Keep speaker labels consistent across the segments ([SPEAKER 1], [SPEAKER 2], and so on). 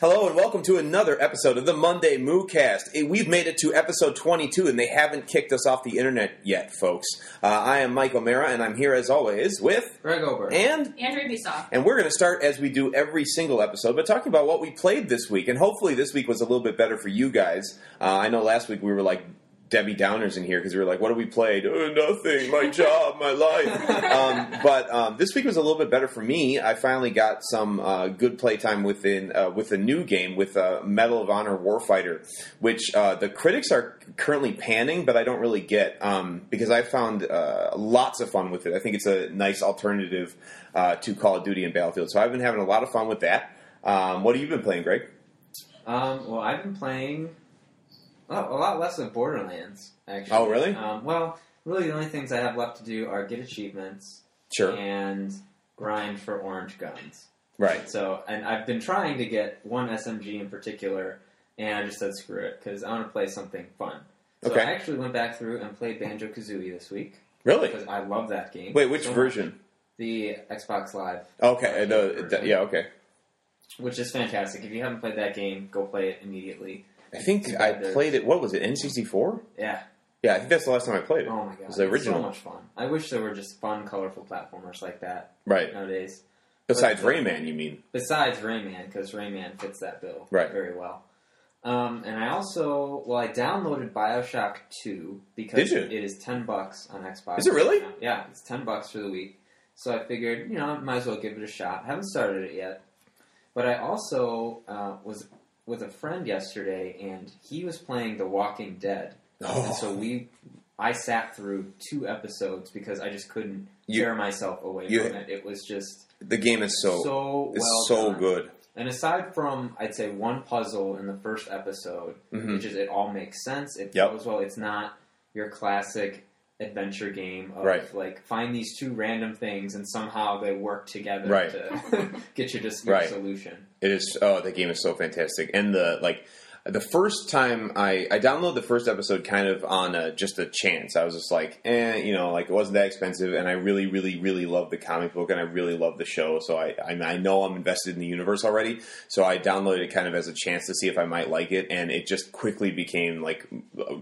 [SPEAKER 1] Hello and welcome to another episode of the Monday MooCast. Eh, We've made it to episode 22 and they haven't kicked us off the internet yet, folks. Uh, I am Mike O'Mara and I'm here as always with
[SPEAKER 2] Greg Ober.
[SPEAKER 1] and
[SPEAKER 3] Andrew Bissoff.
[SPEAKER 1] and we're going to start as we do every single episode, but talking about what we played this week. And hopefully, this week was a little bit better for you guys. Uh, I know last week we were like Debbie Downers in here because we were like, "What have we played? Uh, nothing. My job, my life." um, but um, this week was a little bit better for me. I finally got some uh, good playtime within uh, with a new game with uh, Medal of Honor Warfighter, which uh, the critics are currently panning, but I don't really get um, because I found uh, lots of fun with it. I think it's a nice alternative uh, to Call of Duty and Battlefield, so I've been having a lot of fun with that. Um, what have you been playing, Greg?
[SPEAKER 2] Um, well, I've been playing a lot, a lot less than Borderlands, actually.
[SPEAKER 1] Oh, really?
[SPEAKER 2] Um, well, really, the only things I have left to do are get achievements and grind for orange guns.
[SPEAKER 1] Right.
[SPEAKER 2] So, and I've been trying to get one SMG in particular, and I just said screw it because I want to play something fun. So
[SPEAKER 1] Okay.
[SPEAKER 2] I actually went back through and played Banjo Kazooie this week
[SPEAKER 1] Really?
[SPEAKER 2] because I love that game.
[SPEAKER 1] Wait, which
[SPEAKER 2] so much.
[SPEAKER 1] version?
[SPEAKER 2] The Xbox Live.
[SPEAKER 1] Okay. uh, The, the- yeah. Okay.
[SPEAKER 2] which is fantastic. If you haven't played that game, go play it immediately.
[SPEAKER 1] I think I played it. What was it? N sixty four.
[SPEAKER 2] Yeah.
[SPEAKER 1] Yeah, I think that's the last time I played it.
[SPEAKER 2] Oh my god,
[SPEAKER 1] It's the original.
[SPEAKER 2] so much fun. I wish there were just fun, colorful platformers like that
[SPEAKER 1] Right.
[SPEAKER 2] nowadays.
[SPEAKER 1] Besides Rayman, you mean?
[SPEAKER 2] Besides Rayman, because Rayman fits that bill
[SPEAKER 1] Right.
[SPEAKER 2] very well. Um, and I also, well, I downloaded Bioshock Two because
[SPEAKER 1] Did you?
[SPEAKER 2] it is ten bucks on Xbox.
[SPEAKER 1] Is it really?
[SPEAKER 2] right now. Yeah, it's ten bucks for the week. So I figured, you know, I might as well give it a shot. haven't started it yet, but I also uh, was with a friend yesterday, and he was playing The Walking Dead. And so
[SPEAKER 1] Oh,
[SPEAKER 2] we, I sat through two episodes because I just couldn't
[SPEAKER 1] You-
[SPEAKER 2] tear myself away
[SPEAKER 1] you-
[SPEAKER 2] from it. It was just
[SPEAKER 1] the game is
[SPEAKER 2] so,
[SPEAKER 1] so,
[SPEAKER 2] well
[SPEAKER 1] it's so
[SPEAKER 2] done.
[SPEAKER 1] good.
[SPEAKER 2] And aside from, I'd say one puzzle in the first episode,
[SPEAKER 1] Mhm.
[SPEAKER 2] which is it all makes sense. It
[SPEAKER 1] Yep.
[SPEAKER 2] flows well. It's not your classic adventure game of
[SPEAKER 1] Right.
[SPEAKER 2] like find these two random things and somehow they work together
[SPEAKER 1] Right.
[SPEAKER 2] to get you just your
[SPEAKER 1] Right.
[SPEAKER 2] solution.
[SPEAKER 1] It is. Oh, the game is so fantastic, and the like. The first time I I downloaded the first episode kind of on a, just a chance. I was just like, eh, you know, like it wasn't that expensive, and I really, really, really love the comic book, and I really love the show. So I I, I know I'm invested in the universe already. So I downloaded it kind of as a chance to see if I might like it, and it just quickly became like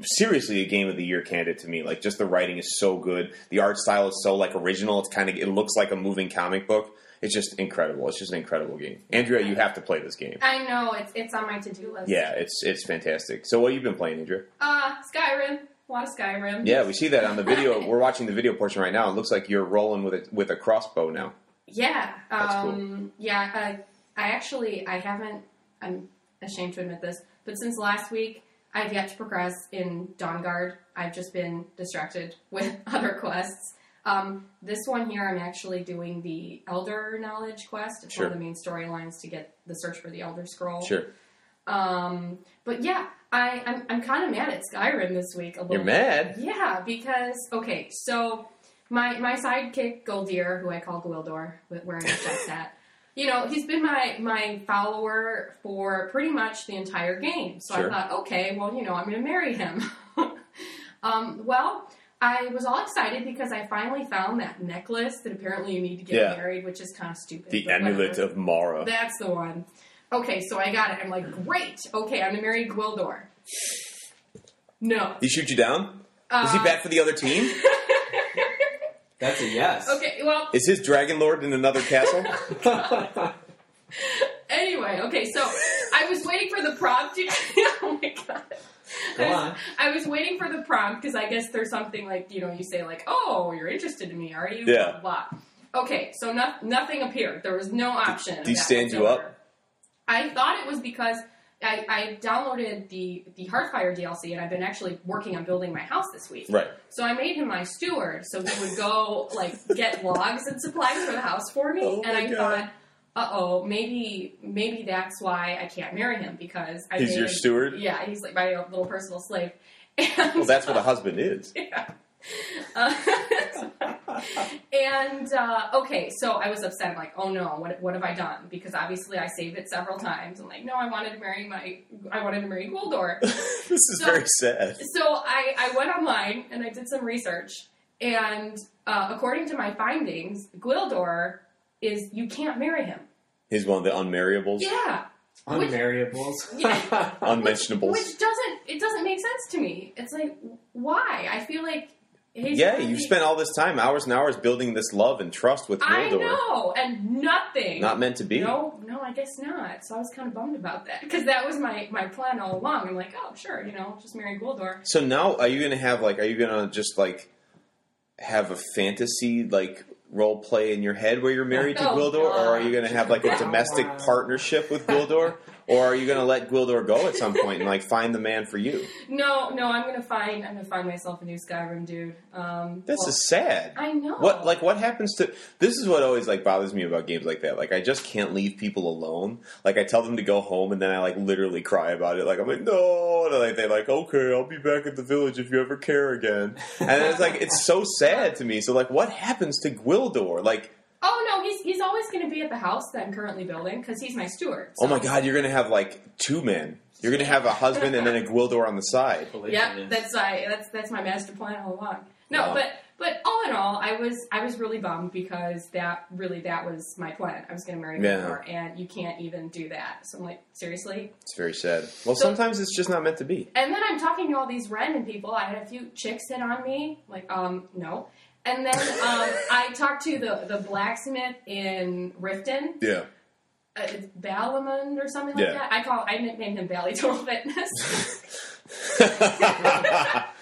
[SPEAKER 1] seriously a game of the year candidate to me. Like just the writing is so good, the art style is so like original. It's kind of it looks like a moving comic book. It's just incredible. It's just an incredible game. Andrea, you have to play this game.
[SPEAKER 3] I know it's it's on my to do list.
[SPEAKER 1] Yeah, it's it's fantastic. So what have you been playing, Andrea?
[SPEAKER 3] Uh, Skyrim. A lot of Skyrim.
[SPEAKER 1] Yeah, we see that on the video. We're watching the video portion right now. It looks like you're rolling with a, with a crossbow now.
[SPEAKER 3] Yeah.
[SPEAKER 1] That's
[SPEAKER 3] Um, Yeah. Uh, I actually I haven't. I'm ashamed to admit this, but since last week I've yet to progress in Dawn Guard. I've just been distracted with other quests. Um, this one here, I'm actually doing the Elder Knowledge quest. It's
[SPEAKER 1] Sure.
[SPEAKER 3] one of the main storylines to get the search for the Elder Scroll.
[SPEAKER 1] Sure,
[SPEAKER 3] Um, but yeah, I, I'm, I'm kind of mad at Skyrim this week a little
[SPEAKER 1] you're
[SPEAKER 3] bit.
[SPEAKER 1] mad.
[SPEAKER 3] Yeah, because okay, so my my sidekick Goldir, who I call Gwildor, wh- where I'm just at. You know, he's been my my follower for pretty much the entire game. So
[SPEAKER 1] Sure.
[SPEAKER 3] I thought, okay, well, you know, I'm going to marry him. um, well, I was all excited because I finally found that necklace that apparently you need to get
[SPEAKER 1] Yeah.
[SPEAKER 3] married, which is kind of stupid.
[SPEAKER 1] The
[SPEAKER 3] but whatever.
[SPEAKER 1] amulet of Mara.
[SPEAKER 3] That's the one. Okay, so I got it. I'm like, great. Okay, I'm gonna marry Gwildor. No.
[SPEAKER 1] He shoot you down. Is he
[SPEAKER 3] Uh,
[SPEAKER 1] back for the other team?
[SPEAKER 2] That's a yes.
[SPEAKER 3] Okay. Well.
[SPEAKER 1] Is his dragon lord in another castle?
[SPEAKER 3] Anyway. Okay. So I was waiting for the prompt. to- oh my god.
[SPEAKER 2] Go
[SPEAKER 3] I was,
[SPEAKER 2] on.
[SPEAKER 3] I was waiting for the prompt because I guess there's something like you know you say like oh you're interested in me are you
[SPEAKER 1] Yeah.
[SPEAKER 3] blah blah. Okay, so no, nothing appeared. There was no option. of
[SPEAKER 1] did he
[SPEAKER 3] that
[SPEAKER 1] stand you
[SPEAKER 3] whatsoever. I thought it was because I, I downloaded the the Heartfire DLC and I've been actually working on building my house this week.
[SPEAKER 1] right.
[SPEAKER 3] So I made him my steward, so he would go like get logs and supplies for the house for me.
[SPEAKER 1] Oh
[SPEAKER 3] and
[SPEAKER 1] my
[SPEAKER 3] I
[SPEAKER 1] God.
[SPEAKER 3] thought, uh oh, maybe maybe that's why I can't marry him because I
[SPEAKER 1] He's
[SPEAKER 3] made
[SPEAKER 1] your
[SPEAKER 3] him-
[SPEAKER 1] steward.
[SPEAKER 3] Yeah, he's like my little personal slave. And,
[SPEAKER 1] Well, that's what a husband is.
[SPEAKER 3] uh, and uh, okay, so I was upset. I'm like, oh no, what what have I done? Because obviously I saved it several times. I'm like, no, I wanted to marry my, I wanted to marry Goldor.
[SPEAKER 1] this is
[SPEAKER 3] So-
[SPEAKER 1] very sad.
[SPEAKER 3] So I, I went online and I did some research, and uh, according to my findings, Gwildor is you can't marry him.
[SPEAKER 1] He's one of the unmarriables.
[SPEAKER 3] Yeah, Which-
[SPEAKER 2] Unmarriables.
[SPEAKER 3] Yeah.
[SPEAKER 1] Unmentionables.
[SPEAKER 3] Which doesn't it doesn't make sense to me. It's like why? I feel like hey,
[SPEAKER 1] yeah,
[SPEAKER 3] Shelby,
[SPEAKER 1] you spent all this time, hours and hours, building this love and trust with
[SPEAKER 3] I
[SPEAKER 1] Mordor.
[SPEAKER 3] know, and nothing.
[SPEAKER 1] Not meant to be.
[SPEAKER 3] No, no, I guess not. So I was kind of bummed about that because that was my my plan all along. I'm like, oh, sure, you know, just marry Gildor.
[SPEAKER 1] So now, are you gonna have like, are you gonna just like have a fantasy like role play in your head where you're married to
[SPEAKER 3] Oh,
[SPEAKER 1] Gwildor, or are you
[SPEAKER 3] God.
[SPEAKER 1] gonna have like a domestic partnership with Gwildor, or are you gonna let Gwildor go at some point and like find the man for you?
[SPEAKER 3] No, no, I'm gonna find I'm gonna find myself a new Skyrim dude. Um,
[SPEAKER 1] This
[SPEAKER 3] well,
[SPEAKER 1] is sad.
[SPEAKER 3] I know.
[SPEAKER 1] What like what happens to this is what always like bothers me about games like that. Like I just can't leave people alone. Like I tell them to go home and then I like literally cry about it. Like I'm like no, and like they're like okay, I'll be back at the village if you ever care again. And then it's like it's so sad to me. So like what happens to Gwildor? Like
[SPEAKER 3] Oh no, he's he's always gonna be at the house that I'm currently building because he's my steward.
[SPEAKER 1] oh my god, you're gonna have like two men. You're gonna have a husband and then a Gwildor on the side.
[SPEAKER 3] Yep, that's I that's that's my master plan all along. No,
[SPEAKER 1] Wow.
[SPEAKER 3] but but all in all, I was I was really bummed because that really that was my plan. I was going to marry
[SPEAKER 1] Yeah.
[SPEAKER 3] Gildor, and you can't even do that. So I'm like, seriously.
[SPEAKER 1] It's very sad. Well,
[SPEAKER 3] So-
[SPEAKER 1] sometimes it's just not meant to be.
[SPEAKER 3] And then I'm talking to all these random people. I had a few chicks hit on me, like um no. And then um, I talked to the the blacksmith in Riften,
[SPEAKER 1] Yeah.
[SPEAKER 3] uh, it's Balamund or something like
[SPEAKER 1] Yeah.
[SPEAKER 3] that. I call I nicknamed him Bally Total Fitness. I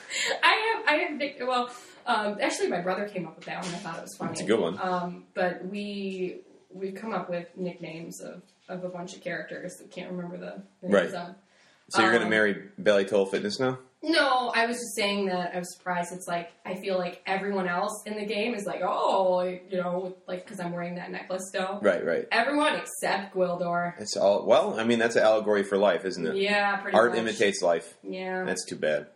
[SPEAKER 3] have, I have, nick- well, um, actually, my brother came up with that one. I thought it was funny.
[SPEAKER 1] It's a good one.
[SPEAKER 3] Um, but we we've come up with nicknames of, of a bunch of characters that can't remember the, the names
[SPEAKER 1] Right.
[SPEAKER 3] of.
[SPEAKER 1] so you're gonna
[SPEAKER 3] Um,
[SPEAKER 1] marry Belly Toll Fitness now?
[SPEAKER 3] No, I was just saying that I was surprised. It's like I feel like everyone else in the game is like, oh, like, you know, like because I'm wearing that necklace still.
[SPEAKER 1] Right, right.
[SPEAKER 3] Everyone except Gwildor.
[SPEAKER 1] It's all well. I mean, that's an allegory for life, isn't it?
[SPEAKER 3] Yeah, pretty
[SPEAKER 1] Art
[SPEAKER 3] much.
[SPEAKER 1] imitates life.
[SPEAKER 3] Yeah.
[SPEAKER 1] That's too bad.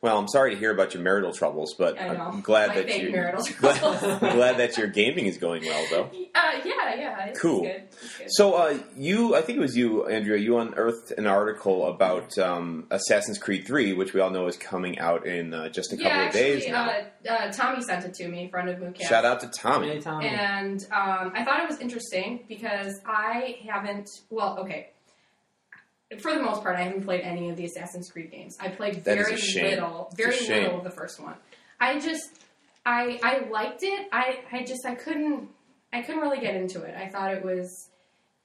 [SPEAKER 1] Well, I'm sorry to hear about your marital troubles, but
[SPEAKER 3] I know.
[SPEAKER 1] I'm glad
[SPEAKER 3] My
[SPEAKER 1] that
[SPEAKER 3] fake
[SPEAKER 1] you
[SPEAKER 3] marital
[SPEAKER 1] glad,
[SPEAKER 3] troubles.
[SPEAKER 1] glad that your gaming is going well, though.
[SPEAKER 3] Uh, yeah, yeah. It's
[SPEAKER 1] Cool.
[SPEAKER 3] Good. It's good.
[SPEAKER 1] So uh, you, I think it was you, Andrea. You unearthed an article about um, Assassin's Creed Three, which we all know is coming out in uh, just a
[SPEAKER 3] yeah,
[SPEAKER 1] couple
[SPEAKER 3] actually,
[SPEAKER 1] of days now.
[SPEAKER 3] Uh, uh, Tommy sent it to me, friend of Moocast.
[SPEAKER 1] Shout out to
[SPEAKER 2] Hey,
[SPEAKER 1] Tommy.
[SPEAKER 2] Tommy.
[SPEAKER 3] And um, I thought it was interesting because I haven't. Well, okay. For the most part, I haven't played any of the Assassin's Creed games. I played
[SPEAKER 1] That is
[SPEAKER 3] very
[SPEAKER 1] a shame.
[SPEAKER 3] little,
[SPEAKER 1] It's a
[SPEAKER 3] very
[SPEAKER 1] shame.
[SPEAKER 3] little of the first one. I just, I, I liked it. I, I just, I couldn't, I couldn't really get into it. I thought it was,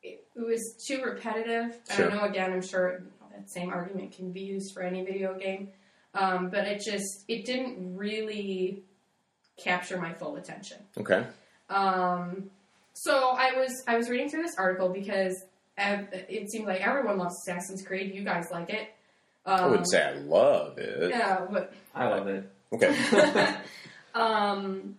[SPEAKER 3] it, it was too repetitive.
[SPEAKER 1] Sure.
[SPEAKER 3] I know. Again, I'm sure that same argument can be used for any video game, um, but it just, it didn't really capture my full attention.
[SPEAKER 1] Okay.
[SPEAKER 3] Um, so I was I was reading through this article because ev- it seemed like everyone loves Assassin's Creed. You guys like it. Um,
[SPEAKER 1] I wouldn't say I love it.
[SPEAKER 3] Yeah, but
[SPEAKER 2] I love it.
[SPEAKER 1] Okay.
[SPEAKER 3] um,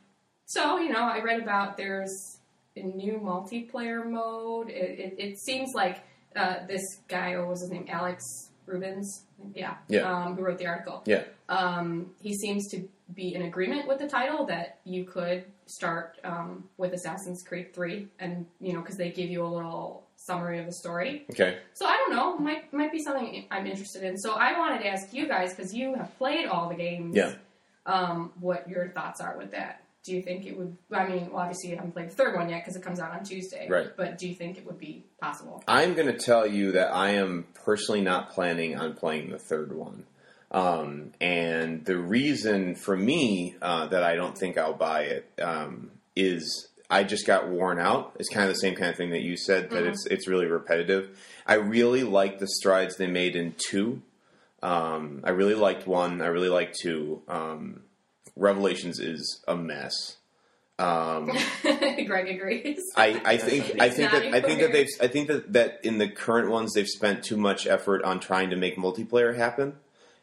[SPEAKER 3] so you know, I read about there's a new multiplayer mode. It, it, it seems like uh, this guy, or what was his name, Alex Rubens, yeah,
[SPEAKER 1] Yeah.
[SPEAKER 3] um, who wrote the article.
[SPEAKER 1] Yeah.
[SPEAKER 3] um, he seems to be in agreement with the title that you could start um, with Assassin's Creed Three, and you know, because they give you a little summary of the story.
[SPEAKER 1] Okay.
[SPEAKER 3] So I don't know, might might be something I'm interested in. So I wanted to ask you guys because you have played all the games.
[SPEAKER 1] Yeah.
[SPEAKER 3] Um, what your thoughts are with that? Do you think it would? I mean, well, obviously you haven't played the third one yet because it comes out on Tuesday.
[SPEAKER 1] Right.
[SPEAKER 3] But do you think it would be possible?
[SPEAKER 1] I'm going to tell you that I am personally not planning on playing the third one. Um, and the reason for me uh, that I don't think I'll buy it um, is I just got worn out. It's kind of the same kind of thing that you said that it's it's really repetitive. I really like the strides they made in two. Um, I really liked one. I really liked two. Um, Revelations is a mess. Um,
[SPEAKER 3] Greg agrees.
[SPEAKER 1] I, I
[SPEAKER 2] That's
[SPEAKER 1] think
[SPEAKER 2] something.
[SPEAKER 1] I think that I think that
[SPEAKER 3] Not
[SPEAKER 1] they've I think that, that in the current ones they've spent too much effort on trying to make multiplayer happen,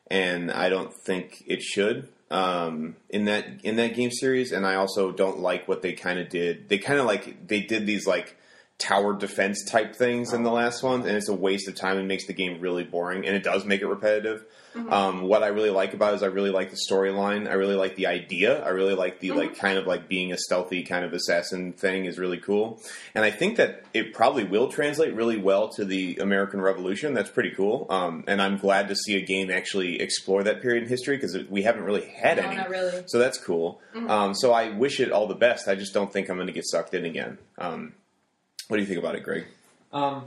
[SPEAKER 1] and I don't think it should um, in that in that game series. And I also don't like what they kind of did. They kind of like they did these like tower defense type things in the last one, and it's a waste of time and makes the game really boring. And it does make it repetitive.
[SPEAKER 3] Hmm.
[SPEAKER 1] Um, what I really like about it is I really like the storyline. I really like the idea. I really like the
[SPEAKER 3] Mm-hmm.
[SPEAKER 1] like kind of like being a stealthy kind of assassin thing is really cool. And I think that it probably will translate really well to the American Revolution. That's pretty cool. Um, and I'm glad to see a game actually explore that period in history because we haven't really had
[SPEAKER 3] no,
[SPEAKER 1] any.
[SPEAKER 3] not really. Mm-hmm.
[SPEAKER 1] So that's cool. Um, so I wish it all the best. I just don't think I'm going to get sucked in again. Um, what do you think about it, Greg?
[SPEAKER 2] Um,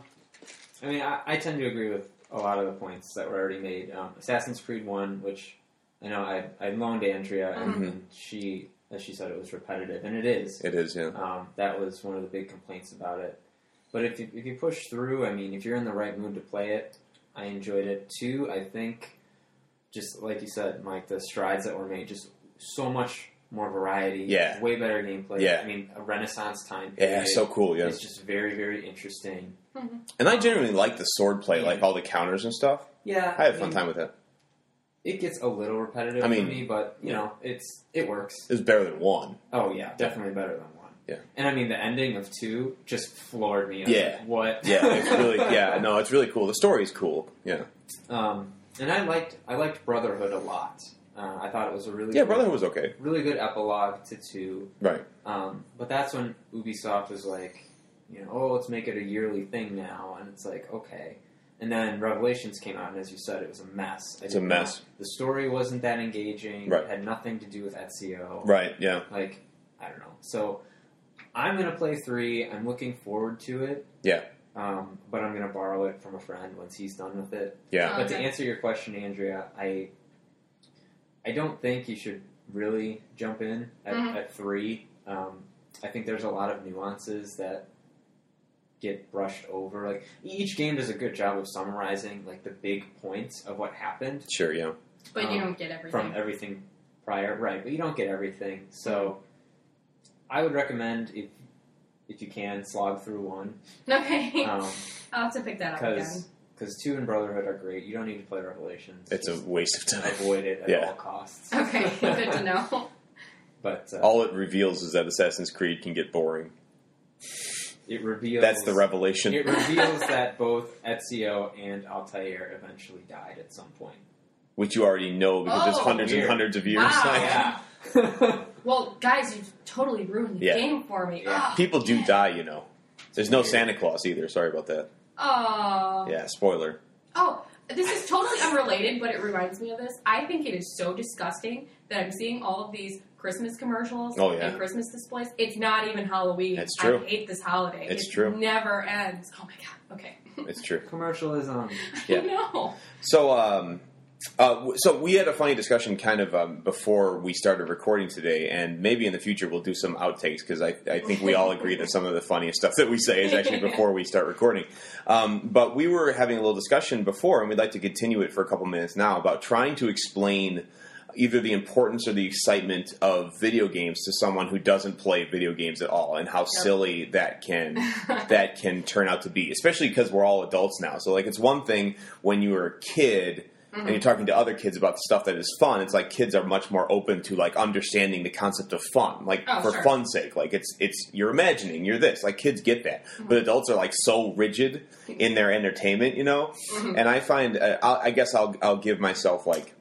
[SPEAKER 2] I mean, I, I tend to agree with a lot of the points that were already made. Um, Assassin's Creed One, which I know I, I loaned Andrea, and she, as she said, it was repetitive, and it is.
[SPEAKER 1] It is, yeah.
[SPEAKER 2] Um, that was one of the big complaints about it. But if you, if you push through, I mean, if you're in the right mood to play it, I enjoyed it. Two, I think, just like you said, Mike, the strides that were made, just so much more variety.
[SPEAKER 1] Yeah.
[SPEAKER 2] Way better gameplay.
[SPEAKER 1] Yeah.
[SPEAKER 2] I mean, a renaissance time period.
[SPEAKER 1] Yeah, so cool, yeah.
[SPEAKER 2] It's just very, very interesting.
[SPEAKER 1] And I genuinely like the sword play, like all the counters and stuff.
[SPEAKER 2] Yeah.
[SPEAKER 1] I had a
[SPEAKER 2] mean,
[SPEAKER 1] fun time with it.
[SPEAKER 2] It gets a little repetitive
[SPEAKER 1] I mean-
[SPEAKER 2] for me, but, you know, it's it works.
[SPEAKER 1] It was better than one.
[SPEAKER 2] Oh, yeah, definitely better than one.
[SPEAKER 1] Yeah.
[SPEAKER 2] And I mean, the ending of two just floored me. I was
[SPEAKER 1] Yeah.
[SPEAKER 2] like, what?
[SPEAKER 1] Yeah, it's really, yeah, no, it's really cool. The story is cool. Yeah.
[SPEAKER 2] Um, and I liked I liked Brotherhood a lot. Uh, I thought it was a really
[SPEAKER 1] Yeah,
[SPEAKER 2] good,
[SPEAKER 1] Brotherhood was okay.
[SPEAKER 2] really good epilogue to two.
[SPEAKER 1] Right.
[SPEAKER 2] Um, but that's when Ubisoft was like, you know, oh, let's make it a yearly thing now, and it's like okay. And then Revelations came out, and as you said, it was a mess. I
[SPEAKER 1] It's a
[SPEAKER 2] did not-
[SPEAKER 1] mess.
[SPEAKER 2] the story wasn't that engaging.
[SPEAKER 1] Right.
[SPEAKER 2] It had nothing to do with Ezio.
[SPEAKER 1] Right, yeah.
[SPEAKER 2] Like I don't know. So I'm gonna play three. I'm looking forward to it.
[SPEAKER 1] Yeah.
[SPEAKER 2] Um, but I'm gonna borrow it from a friend once he's done with it.
[SPEAKER 1] Yeah.
[SPEAKER 2] But to
[SPEAKER 3] Oh, Okay.
[SPEAKER 2] answer your question, Andrea, I I don't think you should really jump in at,
[SPEAKER 3] Mhm.
[SPEAKER 2] at three. Um, I think there's a lot of nuances that get brushed over. Like e-, each game does a good job of summarizing like the big points of what happened
[SPEAKER 1] Sure, yeah.
[SPEAKER 3] But you
[SPEAKER 2] Um,
[SPEAKER 3] don't get everything.
[SPEAKER 2] from everything prior, right? But you don't get everything, so
[SPEAKER 3] Mm-hmm.
[SPEAKER 2] I would recommend if if you can slog through one.
[SPEAKER 3] okay.
[SPEAKER 2] Um,
[SPEAKER 3] I'll have to pick that up again.
[SPEAKER 2] because because two and Brotherhood are great. You don't need to play Revelations.
[SPEAKER 1] It's a
[SPEAKER 2] Just
[SPEAKER 1] waste of time.
[SPEAKER 2] avoid it at
[SPEAKER 1] Yeah.
[SPEAKER 2] all costs.
[SPEAKER 3] Okay, good to know.
[SPEAKER 2] but uh,
[SPEAKER 1] All it reveals is that Assassin's Creed can get boring.
[SPEAKER 2] it reveals
[SPEAKER 1] That's the revelation.
[SPEAKER 2] It reveals that both Ezio and Altair eventually died at some point.
[SPEAKER 1] which you already know because there's
[SPEAKER 3] Oh,
[SPEAKER 1] hundreds
[SPEAKER 2] weird.
[SPEAKER 1] and hundreds of years.
[SPEAKER 3] Wow.
[SPEAKER 1] Like,
[SPEAKER 2] Yeah.
[SPEAKER 3] Well, guys, you totally ruined the
[SPEAKER 1] Yeah.
[SPEAKER 3] game for me.
[SPEAKER 2] Yeah.
[SPEAKER 3] Oh,
[SPEAKER 1] People do die, you know. There's no
[SPEAKER 2] Weird.
[SPEAKER 1] Santa Claus either. Sorry about that.
[SPEAKER 3] Oh.
[SPEAKER 1] Yeah, spoiler.
[SPEAKER 3] Oh, this is totally unrelated, but it reminds me of this. I think it is so disgusting that I'm seeing all of these Christmas commercials
[SPEAKER 1] Oh, yeah.
[SPEAKER 3] and Christmas displays. It's not even Halloween.
[SPEAKER 1] That's true.
[SPEAKER 3] I hate this holiday.
[SPEAKER 1] It's
[SPEAKER 3] it
[SPEAKER 1] true.
[SPEAKER 3] never ends. Oh my god. Okay.
[SPEAKER 1] It's true.
[SPEAKER 2] Commercialism.
[SPEAKER 1] Yeah.
[SPEAKER 3] no.
[SPEAKER 1] So, um, uh, w- so we had a funny discussion kind of um, before we started recording today, and maybe in the future we'll do some outtakes because I, I think we all agree that some of the funniest stuff that we say is actually before we start recording. Um, but we were having a little discussion before, and we'd like to continue it for a couple minutes now about trying to explain either the importance or the excitement of video games to someone who doesn't play video games at all and how silly that can that can turn out to be especially because we're all adults now so like it's one thing when you were a kid
[SPEAKER 3] Mm-hmm.
[SPEAKER 1] and you're talking to other kids about stuff that is fun it's like kids are much more open to like understanding the concept of fun like
[SPEAKER 3] Oh,
[SPEAKER 1] for
[SPEAKER 3] sure.
[SPEAKER 1] fun's sake like it's it's you're imagining you're this like kids get that
[SPEAKER 3] Mm-hmm.
[SPEAKER 1] but adults are like so rigid in their entertainment you know
[SPEAKER 3] Mm-hmm.
[SPEAKER 1] and i find uh, I'll, i guess i'll i'll give myself like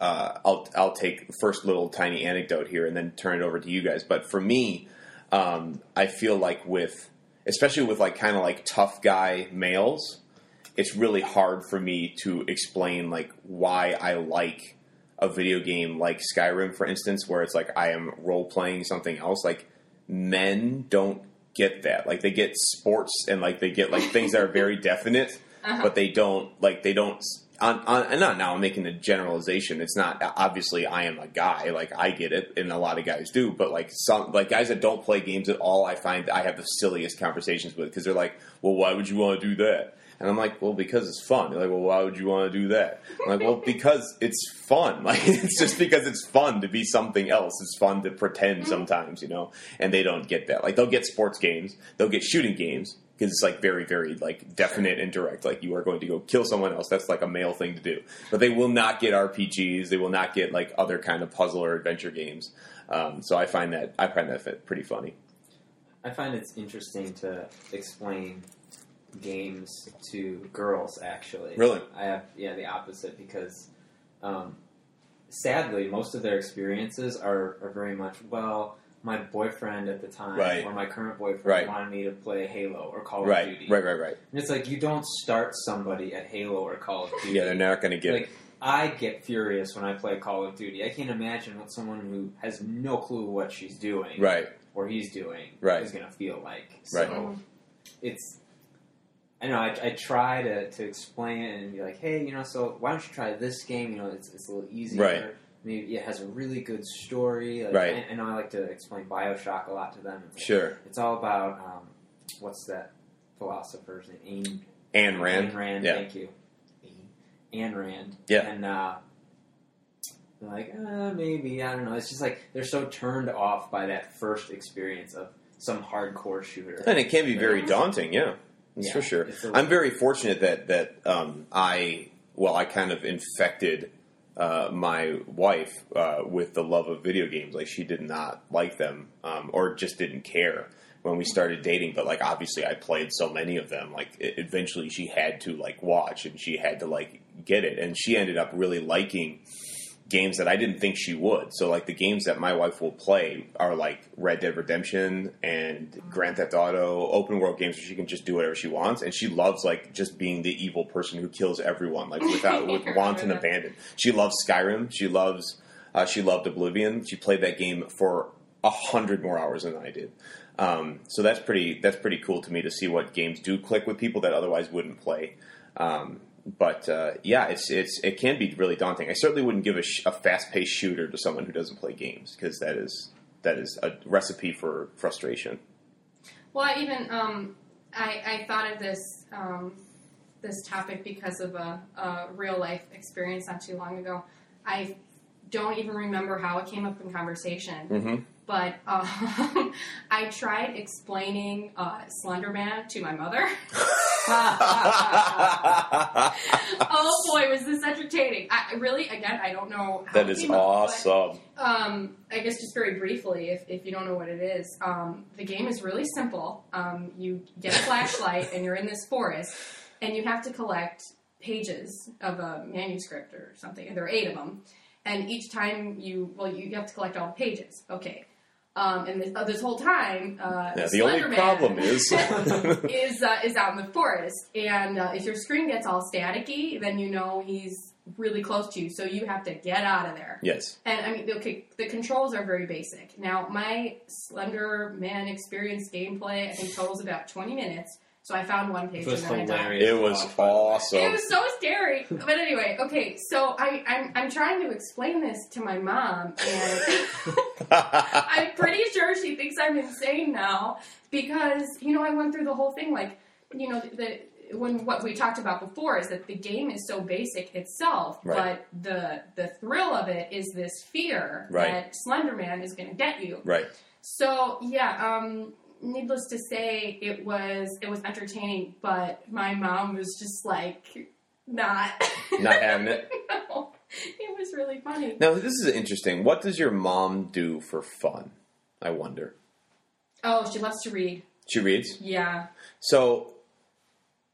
[SPEAKER 1] uh, I'll I'll take the first little tiny anecdote here and then turn it over to you guys. But for me, um, I feel like with especially with like kind of like tough guy males, it's really hard for me to explain like why I like a video game like Skyrim, for instance, where it's like I am role playing something else. Like men don't get that. Like they get sports and like they get like things that are very definite, but they don't like they don't. On, on, and not now. I'm making a generalization. It's not uh, obviously I am a guy. Like I get it, and a lot of guys do. But like some like guys that don't play games at all, I find I have the silliest conversations with because they're like, "Well, why would you want to do that?" And I'm like, well, because it's fun. They're like, well, why would you want to do that? I'm like, well, because it's fun. Like, it's just because it's fun to be something else. It's fun to pretend sometimes, you know? And they don't get that. Like, they'll get sports games, they'll get shooting games, because it's like very, very, like, definite and direct. Like, you are going to go kill someone else. That's like a male thing to do. But they will not get RPGs. They will not get, like, other kind of puzzle or adventure games. Um, so I find that, I find that fit pretty funny.
[SPEAKER 2] I find it's interesting to explain games to girls. Actually,
[SPEAKER 1] Really?
[SPEAKER 2] I have yeah the opposite because, um, sadly, most of their experiences are, are very much well. My boyfriend at the time,
[SPEAKER 1] Right.
[SPEAKER 2] or my current boyfriend,
[SPEAKER 1] Right.
[SPEAKER 2] wanted me to play Halo or Call of
[SPEAKER 1] Right,
[SPEAKER 2] Duty.
[SPEAKER 1] right, right, right.
[SPEAKER 2] And it's like you don't start somebody at Halo or Call of Duty.
[SPEAKER 1] Yeah, they're not going to get it.
[SPEAKER 2] like I get furious when I play Call of Duty. I can't imagine what someone who has no clue what she's doing
[SPEAKER 1] Right,
[SPEAKER 2] or he's doing
[SPEAKER 1] Right.
[SPEAKER 2] is going to feel like. So
[SPEAKER 1] Right.
[SPEAKER 3] Mhm.
[SPEAKER 2] it's I know I, I try to, to explain it and be like, hey, you know, so why don't you try this game? You know, it's, it's a little easier.
[SPEAKER 1] Right.
[SPEAKER 2] Maybe it has a really good story. Like,
[SPEAKER 1] Right.
[SPEAKER 2] I, I know I like to explain Bioshock a lot to them. It's, like-
[SPEAKER 1] Sure.
[SPEAKER 2] it's all about um, what's that philosopher's name? Ayn
[SPEAKER 1] Ayn Rand.
[SPEAKER 2] Ayn Rand,
[SPEAKER 1] Yeah.
[SPEAKER 2] thank you. Ayn Rand.
[SPEAKER 1] Yeah.
[SPEAKER 2] And uh, they're like, uh, maybe, I don't know. It's just like they're so turned off by that first experience of some hardcore shooter.
[SPEAKER 1] And it can be very
[SPEAKER 3] Yeah.
[SPEAKER 1] daunting, yeah. That's
[SPEAKER 2] Yeah,
[SPEAKER 1] for sure.
[SPEAKER 2] it's a-
[SPEAKER 1] I'm very fortunate that that um, I well, I kind of infected uh, my wife uh, with the love of video games. Like she did not like them, um, or just didn't care when we started dating. But like obviously, I played so many of them. Like e- eventually, she had to like watch, and she had to like get it. And she ended up really liking games that I didn't think she would. So like the games that my wife will play are like Red Dead Redemption and Grand Theft Auto, open world games where she can just do whatever she wants and she loves like just being the evil person who kills everyone like without with wanton
[SPEAKER 3] Yeah.
[SPEAKER 1] abandon. She loves Skyrim, she loves uh, she loved Oblivion. She played that game for a hundred more hours than I did. Um, so that's pretty that's pretty cool to me to see what games do click with people that otherwise wouldn't play. Um, but uh, yeah, it's it's it can be really daunting. I certainly wouldn't give a, sh- a fast paced shooter to someone who doesn't play games because that is that is a recipe for frustration.
[SPEAKER 3] Well, I even um, I, I thought of this um, this topic because of a, a real life experience not too long ago. I don't even remember how it came up in conversation,
[SPEAKER 1] Mm-hmm.
[SPEAKER 3] but um, I tried explaining uh, Slenderman to my mother. oh boy, was this entertaining! I I really, again, I don't know. How
[SPEAKER 1] that
[SPEAKER 3] it
[SPEAKER 1] is
[SPEAKER 3] came up, but-
[SPEAKER 1] awesome.
[SPEAKER 3] um, I guess just very briefly, if, if you don't know what it is, um, the game is really simple. Um, you get a flashlight and you're in this forest, and you have to collect pages of a manuscript or something, and there are eight of them. And each time you, well, you, you have to collect all the pages. Okay. Um, and this, uh, this whole time, uh,
[SPEAKER 1] Now, the only
[SPEAKER 3] Slender Man-
[SPEAKER 1] problem is
[SPEAKER 3] is uh, is out in the forest, and uh, if your screen gets all staticky, then you know he's really close to you, so you have to get out of there.
[SPEAKER 1] yes,
[SPEAKER 3] And I mean, okay, the controls are very basic. Now, my Slender Man experience gameplay, I think, totals about 20 minutes. So I found one page
[SPEAKER 2] It was
[SPEAKER 3] and then I died.
[SPEAKER 2] hilarious.
[SPEAKER 1] it was
[SPEAKER 2] by the way.
[SPEAKER 3] It
[SPEAKER 1] awesome.
[SPEAKER 3] was so scary. But anyway, okay, so I, I'm, I'm trying to explain this to my mom, and I'm pretty sure she thinks I'm insane now because, you know, I went through the whole thing like, you know, the. When what we talked about before is that the game is so basic itself,
[SPEAKER 1] Right.
[SPEAKER 3] but the the thrill of it is this fear
[SPEAKER 1] Right.
[SPEAKER 3] that Slender Man is going to get you.
[SPEAKER 1] right.
[SPEAKER 3] So yeah, um, needless to say, it was it was entertaining, but my mom was just like not
[SPEAKER 1] Not having it.
[SPEAKER 3] no, it was really funny.
[SPEAKER 1] Now this is interesting. What does your mom do for fun? I wonder.
[SPEAKER 3] Oh, she loves to read.
[SPEAKER 1] She reads.
[SPEAKER 3] Yeah,
[SPEAKER 1] So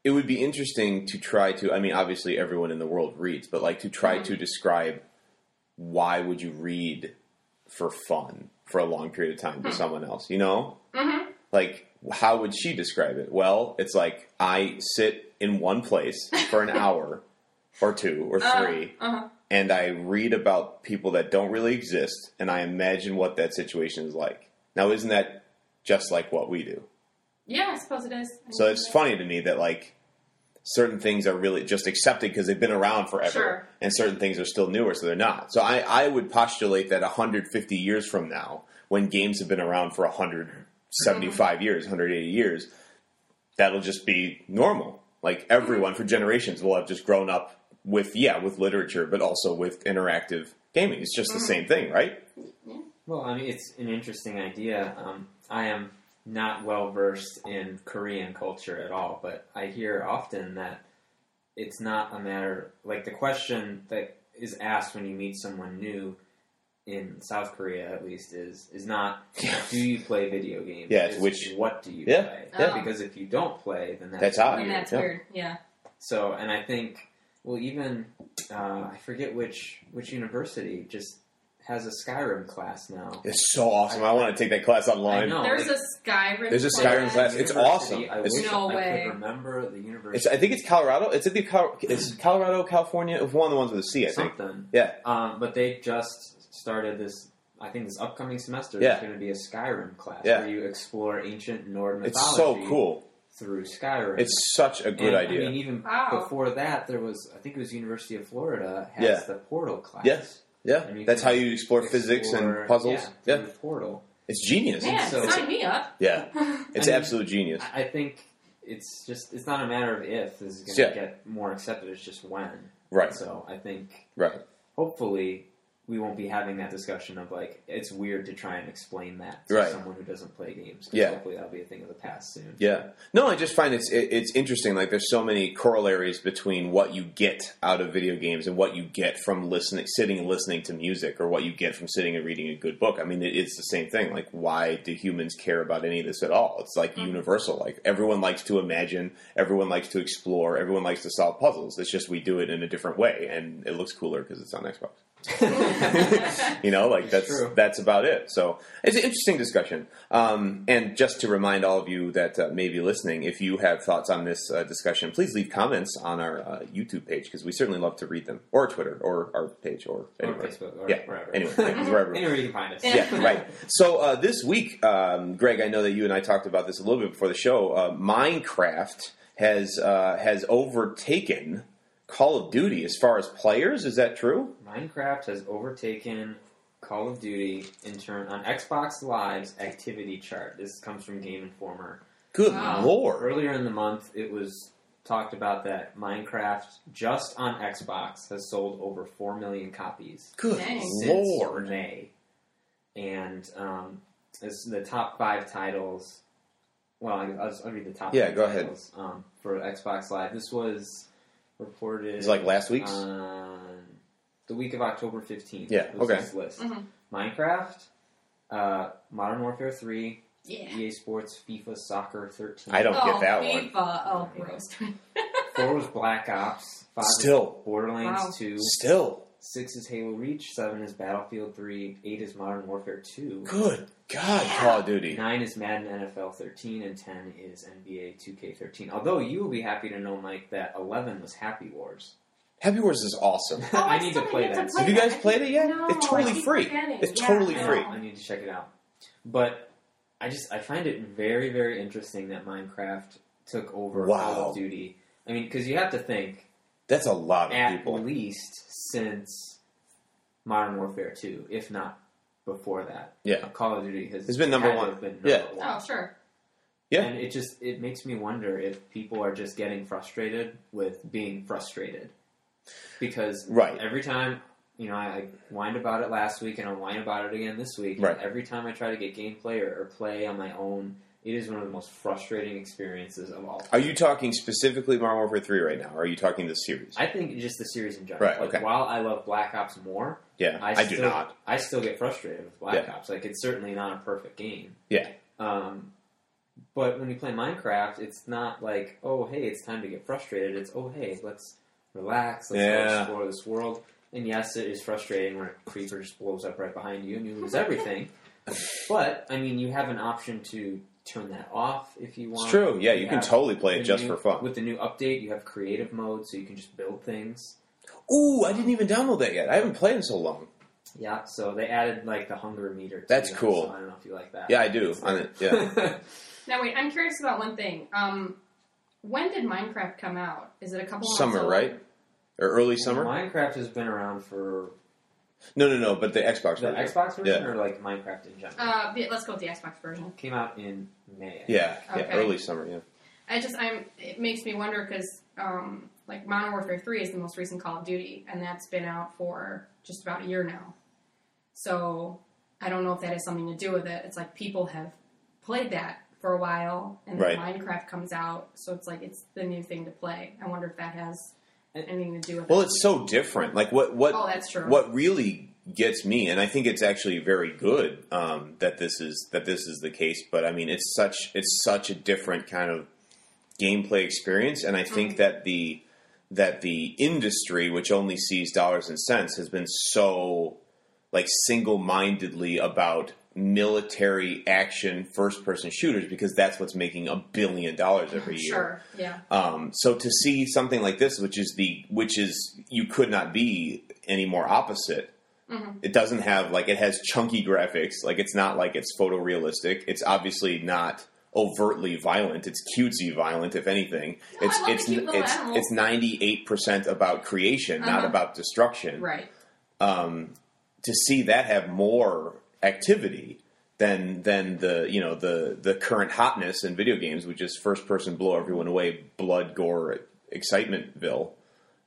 [SPEAKER 1] it would be interesting to try to I mean obviously everyone in the world reads, but like to try to describe why would you read for fun for a long period of time to someone else, you know?
[SPEAKER 3] Mhm.
[SPEAKER 1] Like how would she describe it? Well, it's like I sit in one place for an hour or two or
[SPEAKER 3] Uh,
[SPEAKER 1] three
[SPEAKER 3] uh-huh.
[SPEAKER 1] and I read about people that don't really exist and I imagine what that situation is like. Now isn't that just like what we do?
[SPEAKER 3] yeah, I suppose it is. I
[SPEAKER 1] So
[SPEAKER 3] mean,
[SPEAKER 1] it's funny to me that like certain things are really just accepted because they've been around forever,
[SPEAKER 3] Sure.
[SPEAKER 1] and certain things are still newer, so they're not. So I, I would postulate that 150 years from now, when games have been around for 175 years, 180 years, that'll just be normal. Like everyone for generations will have just grown up with yeah with literature, but also with interactive gaming. It's just the same thing, right?
[SPEAKER 2] Well, I mean, it's an interesting idea. Um, I am not well versed in Korean culture at all, but I hear often that it's not a matter like the question that is asked when you meet someone new in South Korea, at least, is is not do you play video games?
[SPEAKER 1] Yeah, it's
[SPEAKER 2] It's
[SPEAKER 1] which-
[SPEAKER 2] what do you
[SPEAKER 1] Yeah,
[SPEAKER 2] play?
[SPEAKER 3] yeah.
[SPEAKER 2] Because if you don't play, then that's,
[SPEAKER 1] That's odd.
[SPEAKER 3] and
[SPEAKER 2] weird.
[SPEAKER 3] that's
[SPEAKER 1] Yeah.
[SPEAKER 3] weird. Yeah.
[SPEAKER 2] So, and I think, well, even uh, I forget which which university just has a Skyrim class now.
[SPEAKER 1] It's so awesome. I, want to take that class online.
[SPEAKER 2] I know.
[SPEAKER 3] There's a Skyrim.
[SPEAKER 1] There's a Skyrim class. Uh, It's
[SPEAKER 2] University,
[SPEAKER 1] awesome.
[SPEAKER 2] I
[SPEAKER 1] It's-
[SPEAKER 2] wish
[SPEAKER 3] No
[SPEAKER 2] I
[SPEAKER 3] way.
[SPEAKER 2] could remember the university.
[SPEAKER 1] It's, I think it's Colorado. It's at the Col- it's Colorado, California. It's one of the ones with a C. I think.
[SPEAKER 2] something.
[SPEAKER 1] Yeah.
[SPEAKER 2] Um, but they just started this. I think this upcoming semester
[SPEAKER 1] Yeah.
[SPEAKER 2] there's going to be a Skyrim class
[SPEAKER 1] Yeah.
[SPEAKER 2] where you explore ancient Nord
[SPEAKER 1] It's
[SPEAKER 2] mythology.
[SPEAKER 1] so cool.
[SPEAKER 2] through Skyrim.
[SPEAKER 1] It's such a good
[SPEAKER 2] And,
[SPEAKER 1] idea.
[SPEAKER 2] I mean, even
[SPEAKER 3] Wow.
[SPEAKER 2] before that, there was I think it was University of Florida has
[SPEAKER 1] Yeah.
[SPEAKER 2] the Portal class.
[SPEAKER 1] Yes. yeah,
[SPEAKER 2] I mean,
[SPEAKER 1] that's how you
[SPEAKER 2] Or
[SPEAKER 1] explore, physics and puzzles.
[SPEAKER 2] Yeah,
[SPEAKER 1] Yeah,
[SPEAKER 2] through Portal.
[SPEAKER 1] it's genius.
[SPEAKER 3] Man,
[SPEAKER 2] so-
[SPEAKER 3] sign me up.
[SPEAKER 1] Yeah, it's
[SPEAKER 2] I mean,
[SPEAKER 1] absolute genius.
[SPEAKER 2] I I think it's just it's not a matter of if this is going to
[SPEAKER 1] Yeah.
[SPEAKER 2] get more accepted. It's just when.
[SPEAKER 1] Right,
[SPEAKER 2] So I think
[SPEAKER 1] right.
[SPEAKER 2] hopefully we won't be having that discussion of like it's weird to try and explain that to
[SPEAKER 1] Right.
[SPEAKER 2] someone who doesn't play games. 'cause
[SPEAKER 1] Yeah.
[SPEAKER 2] Hopefully that'll be a thing of the past soon.
[SPEAKER 1] Yeah. No, I just find it's it, it's interesting. Like, there's so many corollaries between what you get out of video games and what you get from listening, sitting and listening to music, or what you get from sitting and reading a good book. I mean, it, it's the same thing. Like, why do humans care about any of this at all? It's like universal. Like, everyone likes to imagine, everyone likes to explore, everyone likes to solve puzzles. It's just we do it in a different way, and it looks cooler because it's on Xbox. you know, like
[SPEAKER 2] It's
[SPEAKER 1] that's
[SPEAKER 2] true.
[SPEAKER 1] that's about it. So it's an interesting discussion. Um, and just to remind all of you that uh, may be listening, if you have thoughts on this uh, discussion, please leave comments on our uh, YouTube page because we certainly love to read them, or Twitter, or our page, or
[SPEAKER 2] Or
[SPEAKER 1] anywhere.
[SPEAKER 2] Facebook or
[SPEAKER 1] Yeah.
[SPEAKER 2] wherever.
[SPEAKER 1] Anyway, wherever.
[SPEAKER 2] Anywhere you can find us.
[SPEAKER 1] Yeah, right. So uh, this week, um, Greg, I know that you and I talked about this a little bit before the show. Uh, Minecraft has uh, has overtaken Call of Duty as far as players. Is that true?
[SPEAKER 2] Minecraft has overtaken Call of Duty in turn on Xbox Live's activity chart. This comes from Game Informer.
[SPEAKER 1] Good
[SPEAKER 3] Wow.
[SPEAKER 1] lord!
[SPEAKER 2] Earlier in the month, it was talked about that Minecraft just on Xbox has sold over 4 million copies
[SPEAKER 1] Good
[SPEAKER 3] Thanks.
[SPEAKER 1] lord!
[SPEAKER 2] since May. And um, it's the top five titles. Well, I- I'll, just- I'll read the top
[SPEAKER 1] Yeah,
[SPEAKER 2] five
[SPEAKER 1] go ahead.
[SPEAKER 2] titles, um, for Xbox Live. This was reported.
[SPEAKER 1] It's like last week's.
[SPEAKER 2] Uh, On the week of October 15th.
[SPEAKER 1] Yeah,
[SPEAKER 2] was
[SPEAKER 1] okay.
[SPEAKER 2] This list.
[SPEAKER 3] Mhm.
[SPEAKER 2] Minecraft, uh, Modern Warfare 3,
[SPEAKER 3] Yeah.
[SPEAKER 2] EA Sports, FIFA, Soccer 13.
[SPEAKER 1] I don't
[SPEAKER 3] oh,
[SPEAKER 1] get that one.
[SPEAKER 3] FIFA. Oh, gross.
[SPEAKER 2] 4 was Black Ops. 5 is
[SPEAKER 1] Still.
[SPEAKER 2] Borderlands
[SPEAKER 3] Wow.
[SPEAKER 2] 2.
[SPEAKER 1] Still,
[SPEAKER 2] 6 is Halo Reach. 7 is Battlefield 3. 8 is Modern Warfare 2.
[SPEAKER 1] good God, Call of Duty.
[SPEAKER 2] 9 is Madden NFL 13. And 10 is NBA 2K13. Although you will be happy to know, Mike, that 11 was Happy Wars.
[SPEAKER 1] Happy Wars is awesome.
[SPEAKER 3] Oh,
[SPEAKER 2] I need to
[SPEAKER 3] still
[SPEAKER 2] play that.
[SPEAKER 1] Have you guys played it yet?
[SPEAKER 3] No,
[SPEAKER 1] It's
[SPEAKER 3] I
[SPEAKER 1] totally
[SPEAKER 3] keep
[SPEAKER 1] free.
[SPEAKER 3] forgetting.
[SPEAKER 1] It's
[SPEAKER 3] Yeah, Oh.
[SPEAKER 1] totally
[SPEAKER 3] I know.
[SPEAKER 1] free.
[SPEAKER 2] I need to check it out. But I just I find it very very interesting that Minecraft took over Call
[SPEAKER 1] Wow.
[SPEAKER 2] of Duty. I mean, because you have to think
[SPEAKER 1] That's a lot of
[SPEAKER 2] at
[SPEAKER 1] people.
[SPEAKER 2] least since Modern Warfare Two, if not before that.
[SPEAKER 1] Yeah.
[SPEAKER 2] Call of Duty has
[SPEAKER 1] It's been number
[SPEAKER 2] had to
[SPEAKER 1] one.
[SPEAKER 2] have Been number
[SPEAKER 1] Yeah.
[SPEAKER 2] one.
[SPEAKER 3] Oh, sure.
[SPEAKER 1] Yeah.
[SPEAKER 2] And it just it makes me wonder if people are just getting frustrated with being frustrated. Because
[SPEAKER 1] Right.
[SPEAKER 2] every time you know, I, I whined about it last week and I'll whine about it again this week.
[SPEAKER 1] Right.
[SPEAKER 2] Every time I try to get gameplay or, or play on my own, it is one of the most frustrating experiences of all time.
[SPEAKER 1] Are you talking specifically Modern Warfare Three right now? Or are you talking this series?
[SPEAKER 2] I think just the series in general.
[SPEAKER 1] Right,
[SPEAKER 2] Like,
[SPEAKER 1] okay.
[SPEAKER 2] While I love Black Ops more,
[SPEAKER 1] yeah, I,
[SPEAKER 2] I, still,
[SPEAKER 1] do not.
[SPEAKER 2] I still get frustrated with Black
[SPEAKER 1] Yeah.
[SPEAKER 2] Ops. Like it's certainly not a perfect game.
[SPEAKER 1] Yeah.
[SPEAKER 2] Um, but when you play Minecraft, it's not like oh hey it's time to get frustrated. It's oh hey let's relax. Let's go
[SPEAKER 1] Yeah.
[SPEAKER 2] explore this world. And yes, it is frustrating when a creeper just blows up right behind you and you lose everything. but I mean, you have an option to turn that off if you want.
[SPEAKER 1] It's true. Yeah, you can
[SPEAKER 2] have
[SPEAKER 1] totally play
[SPEAKER 2] the
[SPEAKER 1] it just
[SPEAKER 2] new-
[SPEAKER 1] for fun.
[SPEAKER 2] With the new update, you have creative mode, so you can just build things.
[SPEAKER 1] Ooh, I didn't even download that yet. I haven't played in so long.
[SPEAKER 2] Yeah, so they added like the hunger meter. To
[SPEAKER 1] That's
[SPEAKER 2] it,
[SPEAKER 1] cool.
[SPEAKER 2] So I don't know if you like that.
[SPEAKER 1] Yeah, I do. On it. Yeah.
[SPEAKER 3] Now wait, I'm curious about one thing. Um, when did Minecraft come out? Is it a couple months
[SPEAKER 1] summer,
[SPEAKER 3] old?
[SPEAKER 1] right? Or early summer?
[SPEAKER 2] Minecraft has been around for
[SPEAKER 1] No, no, no. But the Xbox
[SPEAKER 2] the
[SPEAKER 1] version.
[SPEAKER 2] Xbox version
[SPEAKER 1] Yeah.
[SPEAKER 2] or like Minecraft in general.
[SPEAKER 3] Uh, the- let's go with the Xbox version.
[SPEAKER 2] Came out in May. I
[SPEAKER 1] Yeah, yeah.
[SPEAKER 3] Okay.
[SPEAKER 1] Early summer. Yeah.
[SPEAKER 3] I just I'm it makes me wonder because um, like Modern Warfare Three is the most recent Call of Duty, and that's been out for just about a year now. So I don't know if that has something to do with it. It's like people have played that for a while, and then Minecraft comes out, so it's like it's the new thing to play. I wonder if that has anything to do with
[SPEAKER 1] Well,
[SPEAKER 3] it.
[SPEAKER 1] it's so different. Like what? What?
[SPEAKER 3] oh, that's true.
[SPEAKER 1] What really gets me, and I think it's actually very good um, that this is that this is the case. But I mean, it's such it's such a different kind of gameplay experience, and I think that the that the industry, which only sees dollars and cents, has been so like single mindedly about military action first person shooters because that's what's making a billion dollars every year.
[SPEAKER 3] Sure. Yeah.
[SPEAKER 1] Um, so to see something like this, which is the which is you could not be any more opposite.
[SPEAKER 3] Mhm.
[SPEAKER 1] It doesn't have like it has chunky graphics. Like it's not like it's photorealistic. It's obviously not overtly violent. It's cutesy violent, if anything.
[SPEAKER 3] No, I
[SPEAKER 1] it's
[SPEAKER 3] love the
[SPEAKER 1] it's
[SPEAKER 3] cute little
[SPEAKER 1] it's
[SPEAKER 3] animals.
[SPEAKER 1] it's ninety eight percent about creation, not
[SPEAKER 3] Uh-huh.
[SPEAKER 1] about destruction.
[SPEAKER 3] Right.
[SPEAKER 1] Um, to see that have more activity than than the you know the the current hotness in video games, which is first person blow everyone away, blood gore, excitementville.
[SPEAKER 3] no,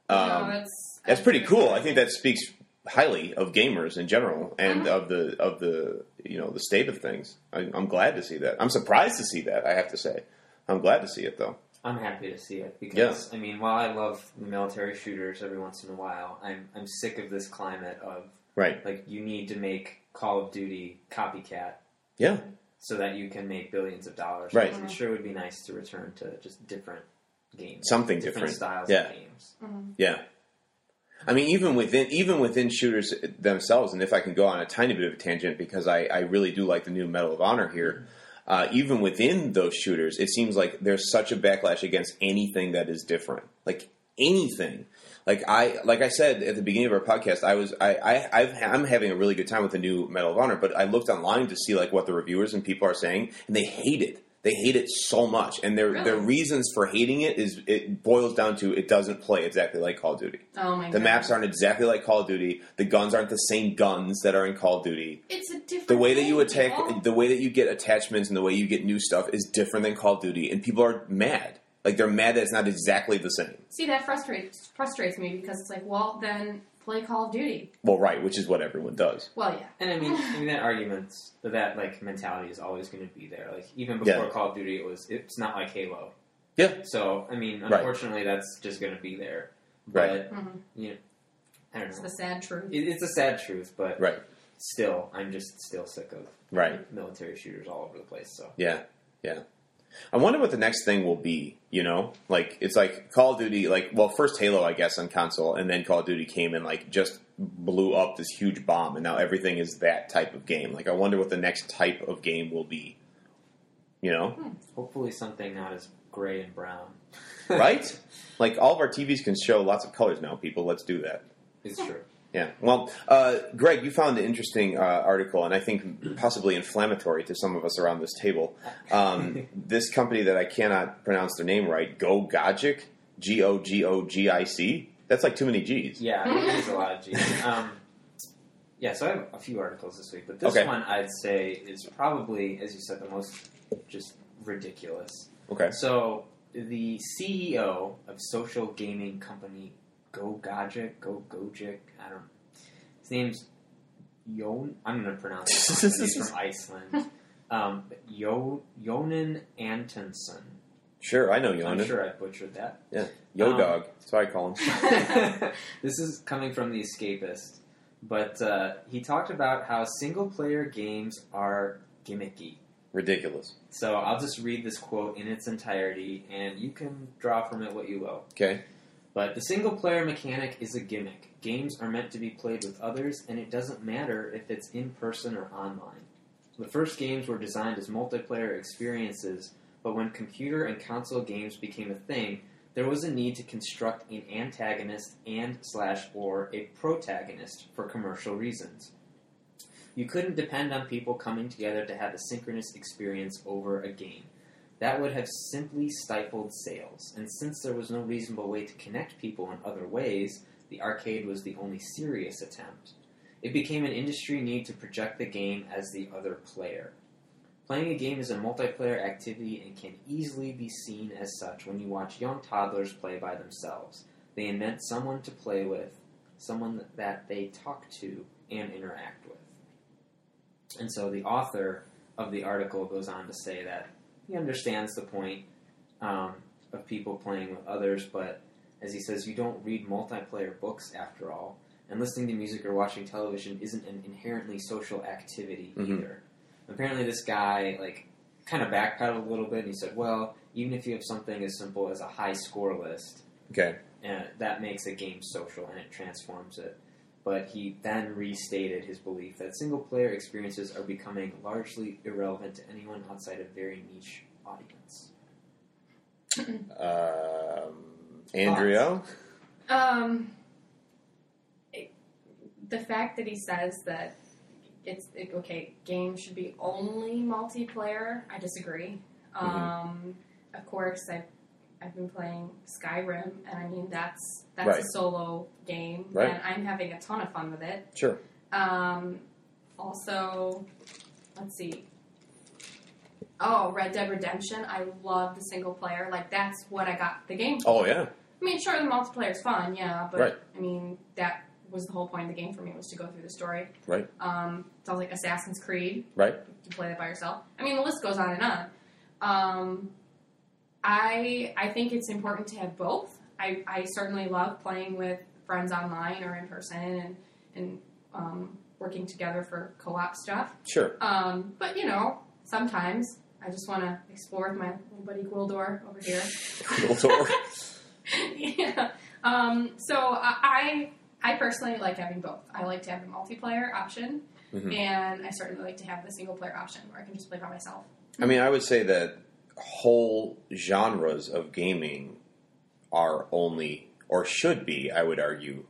[SPEAKER 3] that's
[SPEAKER 1] um, That's pretty cool. I think that speaks highly of gamers in general and of the of the you know the state of things. I, I'm glad to see that. I'm surprised to see that. I have to say, I'm glad to see it though.
[SPEAKER 2] I'm happy to see it because I mean, while I love military shooters every once in a while, I'm I'm sick of this climate of
[SPEAKER 1] Right?
[SPEAKER 2] like you need to make Call of Duty copycat
[SPEAKER 1] Yeah.
[SPEAKER 2] so that you can make billions of dollars.
[SPEAKER 1] Right.
[SPEAKER 2] It sure would be nice to return to just different games,
[SPEAKER 1] Something different.
[SPEAKER 2] styles
[SPEAKER 1] Yeah.
[SPEAKER 2] of games.
[SPEAKER 1] Yeah. I mean, even within even within shooters themselves, and if I can go on a tiny bit of a tangent because I, I really do like the new Medal of Honor here. Uh, even within those shooters, it seems like there's such a backlash against anything that is different, like anything. Like I like I said at the beginning of our podcast, I was I, I I've, I'm having a really good time with the new Medal of Honor, but I looked online to see like what the reviewers and people are saying, and they hate it. They hate it so much, and their their
[SPEAKER 3] Really?
[SPEAKER 1] reasons for hating it is it boils down to it doesn't play exactly like Call of Duty.
[SPEAKER 3] Oh my god.
[SPEAKER 1] The maps aren't exactly like Call of Duty. The guns aren't the same guns that are in Call of Duty.
[SPEAKER 3] It's a different.
[SPEAKER 1] The way that you
[SPEAKER 3] thing,
[SPEAKER 1] attack,
[SPEAKER 3] people.
[SPEAKER 1] the way that you get attachments, and the way you get new stuff is different than Call of Duty, and people are mad. Like they're mad that it's not exactly the same.
[SPEAKER 3] See, that frustrates frustrates me because it's like, well, then play Call of Duty.
[SPEAKER 1] Well, right, which is what everyone does.
[SPEAKER 3] Well, yeah.
[SPEAKER 2] And I mean, I mean that argument, that like mentality is always going to be there. Like even before
[SPEAKER 1] Yeah.
[SPEAKER 2] Call of Duty, it was it's not like Halo.
[SPEAKER 1] Yeah.
[SPEAKER 2] So I mean,
[SPEAKER 1] Right.
[SPEAKER 2] unfortunately, that's just going to be there.
[SPEAKER 1] Right.
[SPEAKER 2] But
[SPEAKER 3] Mhm.
[SPEAKER 2] you know, I don't
[SPEAKER 3] It's
[SPEAKER 2] know.
[SPEAKER 3] the sad truth.
[SPEAKER 2] It, it's a sad truth, but
[SPEAKER 1] Right,
[SPEAKER 2] still, I'm just still sick of
[SPEAKER 1] right,
[SPEAKER 2] military shooters all over the place. So
[SPEAKER 1] yeah, yeah. I wonder what the next thing will be. You know, like it's like Call of Duty. Like, well, first Halo, I guess, on console, and then Call of Duty came and like just blew up this huge bomb, and now everything is that type of game. Like, I wonder what the next type of game will be. You know,
[SPEAKER 2] hopefully, something not as gray and brown.
[SPEAKER 1] right? Like all of our TVs can show lots of colors now, people. Let's do that.
[SPEAKER 2] it's true.
[SPEAKER 1] Yeah. Well, uh, Greg, you found an interesting uh, article, and I think possibly inflammatory to some of us around this table. Um, this company that I cannot pronounce their name right, Go Gogic, G O G O G I C. That's like too many G's.
[SPEAKER 2] Yeah, it is a lot of G's. Um, yeah, so I have a few articles this week, but this
[SPEAKER 1] Okay.
[SPEAKER 2] one I'd say is probably, as you said, the most just ridiculous.
[SPEAKER 1] Okay.
[SPEAKER 2] So the CEO of social gaming company Go Gogic, Go Gogic, I don't. His name's Jon. I'm gonna pronounce it. wrong. He's from Iceland. Um, Yo, Jonan Antonsen.
[SPEAKER 1] Sure, I know Yonan.
[SPEAKER 2] I'm sure I butchered that.
[SPEAKER 1] Yo
[SPEAKER 2] Um,
[SPEAKER 1] Dog. That's what I call him.
[SPEAKER 2] this is coming from the escapist, but uh, he talked about how single player games are gimmicky.
[SPEAKER 1] Ridiculous.
[SPEAKER 2] So I'll just read this quote in its entirety, and you can draw from it what you will.
[SPEAKER 1] Okay.
[SPEAKER 2] But the single player mechanic is a gimmick. Games are meant to be played with others, and it doesn't matter if it's in person or online. The first games were designed as multiplayer experiences, but when computer and console games became a thing, there was a need to construct an antagonist and slash or a protagonist for commercial reasons. You couldn't depend on people coming together to have a synchronous experience over a game. That would have simply stifled sales, and since there was no reasonable way to connect people in other ways, the arcade was the only serious attempt. It became an industry need to project the game as the other player. Playing a game is a multiplayer activity and can easily be seen as such when you watch young toddlers play by themselves. They invent someone to play with, someone that they talk to and interact with. And so the author of the article goes on to say that he understands the point um, of people playing with others, but as he says, you don't read multiplayer books after all, and listening to music or watching television isn't an inherently social activity
[SPEAKER 1] Mhm.
[SPEAKER 2] either. Apparently, this guy like kind of backpedaled a little bit, and he said, "Well, even if you have something as simple as a high score list,
[SPEAKER 1] Okay.
[SPEAKER 2] and that makes a game social and it transforms it. But he then restated his belief that single player experiences are becoming largely irrelevant to anyone outside a very niche audience.
[SPEAKER 1] Um, Andrea?
[SPEAKER 3] Um, it, the fact that he says that it's it, okay, games should be only multiplayer. I disagree.
[SPEAKER 1] Mm-hmm.
[SPEAKER 3] Um, Of course, I've I've been playing Skyrim, and I mean that's that's
[SPEAKER 1] Right.
[SPEAKER 3] a solo game,
[SPEAKER 1] Right.
[SPEAKER 3] and I'm having a ton of fun with it.
[SPEAKER 1] Sure.
[SPEAKER 3] Um, also, let's see. Oh, Red Dead Redemption. I love the single player. Like that's what I got the game.
[SPEAKER 1] Oh yeah.
[SPEAKER 3] I mean, sure, the multiplayer is fun, yeah, but
[SPEAKER 1] Right.
[SPEAKER 3] I mean that was the whole point of the game for me was to go through the story.
[SPEAKER 1] Right.
[SPEAKER 3] Um, sounds like Assassin's Creed.
[SPEAKER 1] Right.
[SPEAKER 3] You can play that by yourself. I mean, the list goes on and on. Um, I I think it's important to have both. I, I certainly love playing with friends online or in person and and um, working together for co-op stuff.
[SPEAKER 1] Sure.
[SPEAKER 3] Um, but you know, sometimes I just want to explore with my little buddy Gwildor over here.
[SPEAKER 1] Cool.
[SPEAKER 3] yeah. Um, so I I I personally like having both. I like to have a multiplayer option,
[SPEAKER 1] Mhm.
[SPEAKER 3] and I certainly like to have the single player option where I can just play by myself.
[SPEAKER 1] I mean, I would say that whole genres of gaming are only, or should be, I would argue,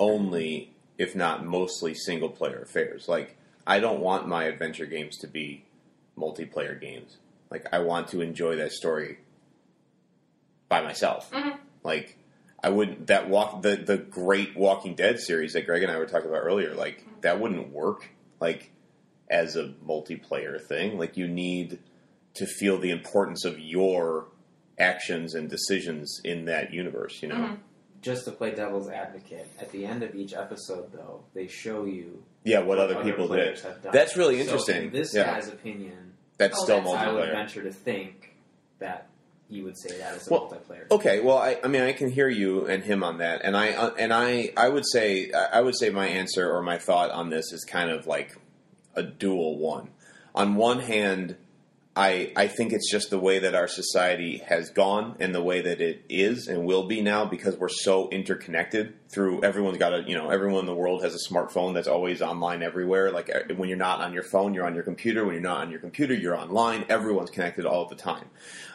[SPEAKER 1] only, if not mostly, single player affairs. Like, I don't want my adventure games to be multiplayer games. Like, I want to enjoy that story by myself.
[SPEAKER 3] Mhm.
[SPEAKER 1] Like, I wouldn't that walk the the great Walking Dead series that Greg and I were talking about earlier. Like, that wouldn't work. Like, as a multiplayer thing. Like you need to feel the importance of your actions and decisions in that universe. You know?
[SPEAKER 3] Mhm.
[SPEAKER 2] Just to play devil's advocate, at the end of each episode, though, they show you
[SPEAKER 1] Yeah. What, other, people did.
[SPEAKER 2] players have done.
[SPEAKER 1] That's really
[SPEAKER 2] So
[SPEAKER 1] interesting.
[SPEAKER 2] in this
[SPEAKER 1] yeah.
[SPEAKER 2] guy's opinion,
[SPEAKER 1] that's
[SPEAKER 3] Oh,
[SPEAKER 1] still
[SPEAKER 3] that's-
[SPEAKER 2] I would
[SPEAKER 1] multiplayer.
[SPEAKER 2] venture to think that he would say that as a
[SPEAKER 1] Well,
[SPEAKER 2] multiplayer.
[SPEAKER 1] Okay. Well, I, I mean, I can hear you and him on that, and I uh, and I I would say I I would say my answer or my thought on this is kind of like a dual one. On one hand. I, I think it's just the way that our society has gone and the way that it is and will be now because we're so interconnected through everyone's got a you know everyone in the world has a smartphone that's always online everywhere like uh, when you're not on your phone you're on your computer when you're not on your computer you're online everyone's connected all the time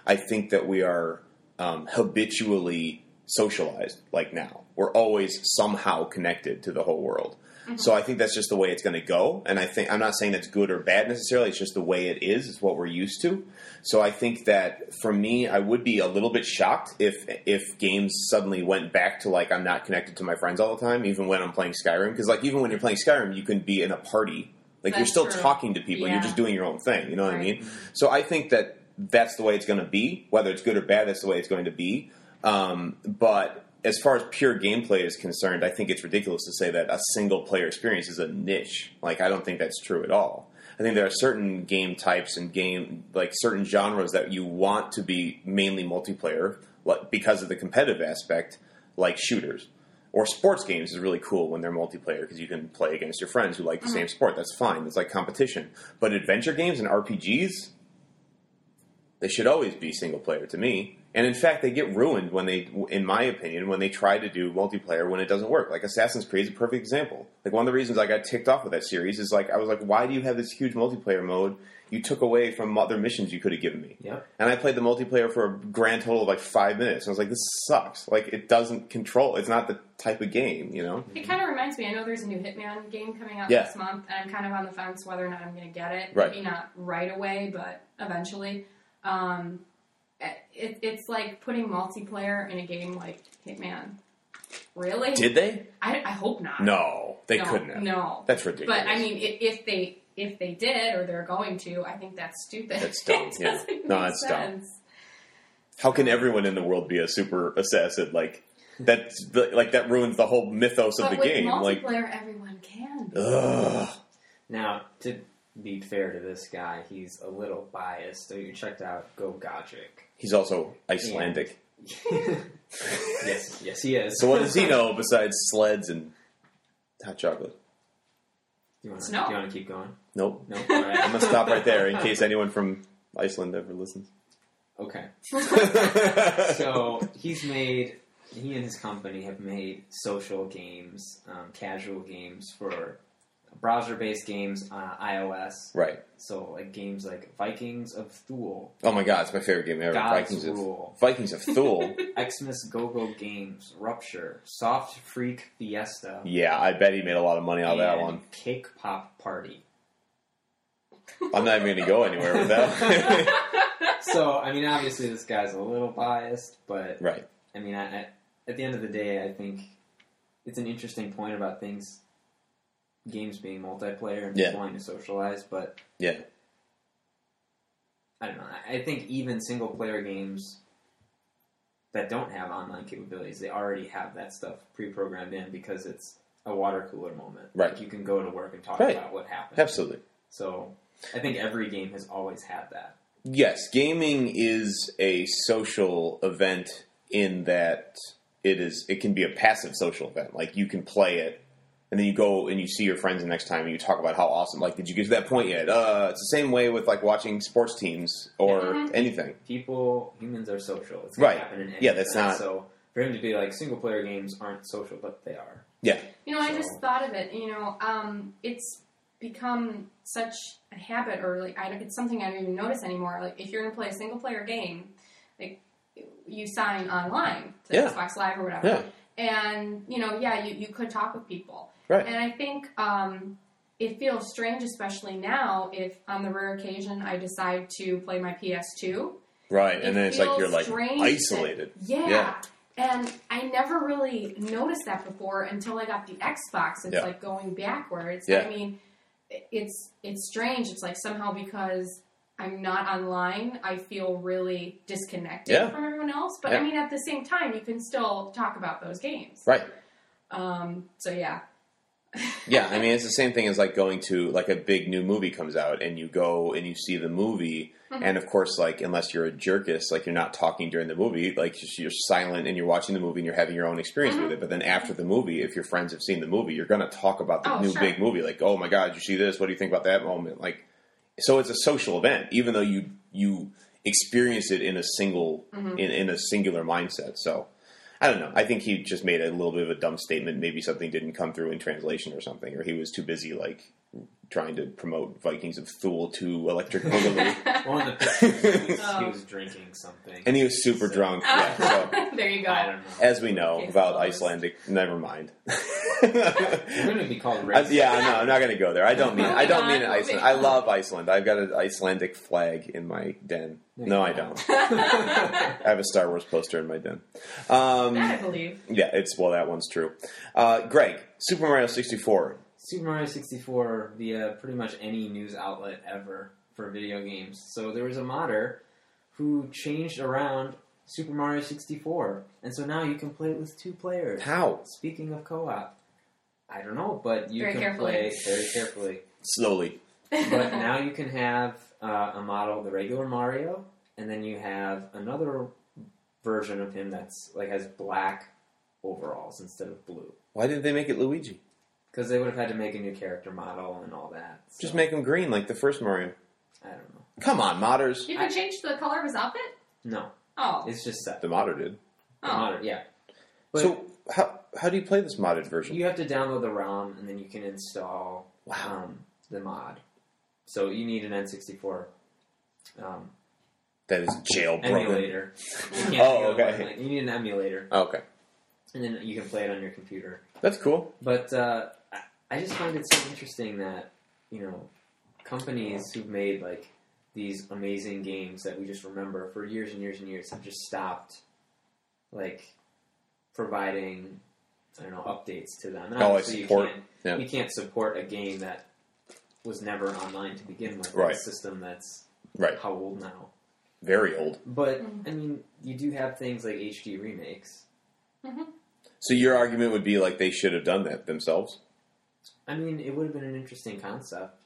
[SPEAKER 1] I think that we are um, habitually socialized like now we're always somehow connected to the whole world
[SPEAKER 3] Mm-hmm.
[SPEAKER 1] so I think that's just the way it's going to go. And I think I'm not saying it's good or bad necessarily. It's just the way it is. It's what we're used to. So I think that for me, I would be a little bit shocked if if games suddenly went back to like I'm not connected to my friends all the time, even when I'm playing Skyrim. Because like even when you're playing Skyrim, you can be in a party. Like you're
[SPEAKER 3] That's
[SPEAKER 1] still
[SPEAKER 3] true.
[SPEAKER 1] talking to people. You're
[SPEAKER 3] Yeah.
[SPEAKER 1] just doing your own thing. You know what I
[SPEAKER 3] Right.
[SPEAKER 1] mean? So I think that that's the way it's going to be. Whether it's good or bad, that's the way it's going to be. Um, but as far as pure gameplay is concerned, I think it's ridiculous to say that a single player experience is a niche. Like, I don't think that's true at all. I think there are certain game types and game, like certain genres that you want to be mainly multiplayer like, because of the competitive aspect, like shooters. Or sports games is really cool when they're multiplayer because you can play against your friends who like the same sport. That's fine. It's like competition. But adventure games and RPGs, they should always be single player to me. And in fact, they get ruined when they, in my opinion, when they try to do multiplayer when it doesn't work. Like Assassin's Creed is a perfect example. Like one of the reasons I got ticked off with that series is like I was like, why do you have this huge multiplayer mode? You took away from other missions you could have given me.
[SPEAKER 2] Yep.
[SPEAKER 1] And I played the multiplayer for a grand total of like five minutes. I was like, this sucks. Like it doesn't control. It's not the type of game, you know?
[SPEAKER 3] It kind of reminds me. I know there's a new Hitman game coming out
[SPEAKER 1] Yeah.
[SPEAKER 3] this month, and I'm kind of on the fence whether or not I'm going to get it.
[SPEAKER 1] Right.
[SPEAKER 3] Maybe not right away, but eventually. Um, it, it's like putting multiplayer in a game like Hitman. Really?
[SPEAKER 1] Did they?
[SPEAKER 3] I, I hope not.
[SPEAKER 1] No, they
[SPEAKER 3] No,
[SPEAKER 1] couldn't have.
[SPEAKER 3] No.
[SPEAKER 1] That's ridiculous.
[SPEAKER 3] But I mean, i- if they if they did or they're going to, I think that's stupid.
[SPEAKER 1] That's dumb,
[SPEAKER 3] It
[SPEAKER 1] yeah.
[SPEAKER 3] doesn't
[SPEAKER 1] No,
[SPEAKER 3] make
[SPEAKER 1] that's dumb.
[SPEAKER 3] sense.
[SPEAKER 1] how can everyone in the world be a super assassin? Like that's the, like that ruins the whole mythos of
[SPEAKER 3] But
[SPEAKER 1] the
[SPEAKER 3] with
[SPEAKER 1] game. Like,
[SPEAKER 3] multiplayer, everyone can. Be.
[SPEAKER 1] ugh.
[SPEAKER 2] Now, to be fair to this guy, he's a little biased. So you checked out Go Godric.
[SPEAKER 1] He's also Icelandic.
[SPEAKER 2] yes, yes, he is.
[SPEAKER 1] So what does he know besides sleds and hot chocolate?
[SPEAKER 2] Do you want
[SPEAKER 3] Snow.
[SPEAKER 2] to keep going?
[SPEAKER 1] Nope.
[SPEAKER 2] No. All right.
[SPEAKER 1] I'm gonna stop right there in case anyone from Iceland ever listens.
[SPEAKER 2] Okay.
[SPEAKER 1] so
[SPEAKER 2] so he's made he and his company have made social games um, casual games for browser-based games on ios
[SPEAKER 1] right.
[SPEAKER 2] so like games like vikings of thule
[SPEAKER 1] Oh my god, it's my favorite game ever.
[SPEAKER 2] god's
[SPEAKER 1] Vikings of
[SPEAKER 2] rule
[SPEAKER 1] Vikings of Thule.
[SPEAKER 2] xmas go-go games rupture soft freak fiesta
[SPEAKER 1] yeah, I bet he made a lot of money on that
[SPEAKER 2] and
[SPEAKER 1] one.
[SPEAKER 2] cake pop party
[SPEAKER 1] I'm not even gonna go anywhere with that.
[SPEAKER 2] so I mean, obviously this guy's a little biased, but
[SPEAKER 1] Right.
[SPEAKER 2] I mean, I, I, at the end of the day, I think it's an interesting point about things, games being multiplayer and
[SPEAKER 1] Yeah.
[SPEAKER 2] people wanting to socialize. But
[SPEAKER 1] Yeah.
[SPEAKER 2] I don't know. I, I think even single player games that don't have online capabilities, they already have that stuff pre-programmed in because it's a water cooler moment.
[SPEAKER 1] Right.
[SPEAKER 2] Like you can go to work and talk
[SPEAKER 1] Right.
[SPEAKER 2] about what happened.
[SPEAKER 1] Absolutely.
[SPEAKER 2] So I think every game has always had that.
[SPEAKER 1] Yes, gaming is a social event in that it is it can be a passive social event. Like you can play it and then you go and you see your friends the next time and you talk about how awesome like did you get to that point yet? Uh it's the same way with like watching sports teams or
[SPEAKER 3] Mhm.
[SPEAKER 1] anything.
[SPEAKER 2] people humans are social. It's gonna
[SPEAKER 1] Right.
[SPEAKER 2] happen in any
[SPEAKER 1] Yeah, that's
[SPEAKER 2] event.
[SPEAKER 1] not-
[SPEAKER 2] so for him to be like single player games aren't social, but they are.
[SPEAKER 3] You know, I
[SPEAKER 2] So-
[SPEAKER 3] just thought of it. You know, um, it's become such a habit, or like I don't, it's something I don't even notice anymore. Like if you're going to play a single player game, like you sign online to
[SPEAKER 1] Yeah.
[SPEAKER 3] Xbox Live or whatever,
[SPEAKER 1] Yeah.
[SPEAKER 3] and you know, yeah, you, you could talk with people,
[SPEAKER 1] Right.
[SPEAKER 3] And I think um, it feels strange, especially now, if on the rare occasion I decide to play my PS2.
[SPEAKER 1] Right.
[SPEAKER 3] It
[SPEAKER 1] and then it's like
[SPEAKER 3] feels
[SPEAKER 1] you're like
[SPEAKER 3] strange
[SPEAKER 1] isolated.
[SPEAKER 3] that- yeah.
[SPEAKER 1] Yeah.
[SPEAKER 3] And I never really noticed that before until I got the Xbox. It's
[SPEAKER 1] Yeah.
[SPEAKER 3] like going backwards.
[SPEAKER 1] Yeah.
[SPEAKER 3] I mean, it- it's it's strange. It's like somehow because I'm not online, I feel really disconnected
[SPEAKER 1] Yeah.
[SPEAKER 3] from everyone else. But I
[SPEAKER 1] Yeah.
[SPEAKER 3] mean, at the same time, you can still talk about those games.
[SPEAKER 1] Right.
[SPEAKER 3] Um, so yeah,
[SPEAKER 1] Yeah, I mean it's the same thing as like going to like a big new movie comes out and you go and you see the movie
[SPEAKER 3] Mhm.
[SPEAKER 1] and of course like unless you're a jerkus like you're not talking during the movie like just- you're silent and you're watching the movie and you're having your own experience
[SPEAKER 3] Mhm.
[SPEAKER 1] with it but then after the movie if your friends have seen the movie you're going to talk about the
[SPEAKER 3] Oh,
[SPEAKER 1] new
[SPEAKER 3] sure.
[SPEAKER 1] big movie like oh my god you see this what do you think about that moment like so it's a social event even though you you experience it in a single
[SPEAKER 3] Mhm.
[SPEAKER 1] in, in a singular mindset so I don't know. I think he just made a little bit of a dumb statement. Maybe something didn't come through in translation or something, or he was too busy like trying to promote Vikings of Thule to Electric Boogaloo,
[SPEAKER 2] One of the pictures he was, he
[SPEAKER 3] Oh.
[SPEAKER 2] was drinking something.
[SPEAKER 1] and he was super drunk. Yeah, so
[SPEAKER 3] there you
[SPEAKER 2] I
[SPEAKER 3] go.
[SPEAKER 2] don't know.
[SPEAKER 1] as we know
[SPEAKER 3] Okay,
[SPEAKER 1] about
[SPEAKER 3] flawless.
[SPEAKER 1] Icelandic, never mind.
[SPEAKER 2] We're going to be called
[SPEAKER 1] I,
[SPEAKER 2] racist.
[SPEAKER 1] Uh, yeah, no, I'm not going to go there. I don't mean I don't mean
[SPEAKER 3] Moving on,
[SPEAKER 1] Iceland.
[SPEAKER 3] moving
[SPEAKER 1] I
[SPEAKER 3] on.
[SPEAKER 1] love Iceland. I've got an Icelandic flag in my den. No, I don't. I have a Star Wars poster in my den. Um,
[SPEAKER 3] That I believe.
[SPEAKER 1] Yeah, it's well that one's true. Uh, Greg, Super Mario sixty four.
[SPEAKER 2] Super Mario 64 via pretty much any news outlet ever for video games. So there was a modder who changed around Super Mario 64, and so now you can play it with two players.
[SPEAKER 1] How?
[SPEAKER 2] Speaking of co-op, I don't know, but you
[SPEAKER 3] Very
[SPEAKER 2] can
[SPEAKER 3] carefully.
[SPEAKER 2] play very carefully.
[SPEAKER 1] Slowly.
[SPEAKER 2] But now you can have uh, a model, the regular Mario, and then you have another version of him that's like has black overalls instead of blue,
[SPEAKER 1] Why didn't they make it Luigi?
[SPEAKER 2] because they would have had to make a new character model and all that. so
[SPEAKER 1] Just make him green like the first Mario.
[SPEAKER 2] I don't know.
[SPEAKER 1] Come on, modders.
[SPEAKER 3] you can change the color of his outfit.
[SPEAKER 2] No,
[SPEAKER 3] Oh,
[SPEAKER 2] it's just set.
[SPEAKER 1] The modder did.
[SPEAKER 2] The
[SPEAKER 3] oh.
[SPEAKER 2] modder, yeah. But
[SPEAKER 1] so how how do you play this modded version?
[SPEAKER 2] you have to download the ROM and then you can install
[SPEAKER 1] Wow.
[SPEAKER 2] um, the mod. So you need an N64 um,
[SPEAKER 1] That is jailbroken.
[SPEAKER 2] emulator. You
[SPEAKER 3] Yeah.
[SPEAKER 2] can't
[SPEAKER 1] Oh,
[SPEAKER 2] go
[SPEAKER 1] okay.
[SPEAKER 2] on- You need an emulator,
[SPEAKER 1] Okay.
[SPEAKER 2] and then you can play it on your computer.
[SPEAKER 1] That's cool.
[SPEAKER 2] But uh, I- I just find it so interesting that you know companies who've made like these amazing games that we just remember for years and years and years have just stopped like providing I don't know updates to them. And
[SPEAKER 1] Oh, like
[SPEAKER 2] obviously
[SPEAKER 1] support,
[SPEAKER 2] You can't,
[SPEAKER 1] yeah.
[SPEAKER 2] you can't support a game that was never online to begin with.
[SPEAKER 1] Right.
[SPEAKER 2] A system that's
[SPEAKER 1] Right.
[SPEAKER 2] how old now?
[SPEAKER 1] Very old.
[SPEAKER 2] But
[SPEAKER 3] Mm.
[SPEAKER 2] I mean, you do have things like HD remakes.
[SPEAKER 1] So your argument would be like they should have done that themselves.
[SPEAKER 2] I mean, it would have been an interesting concept.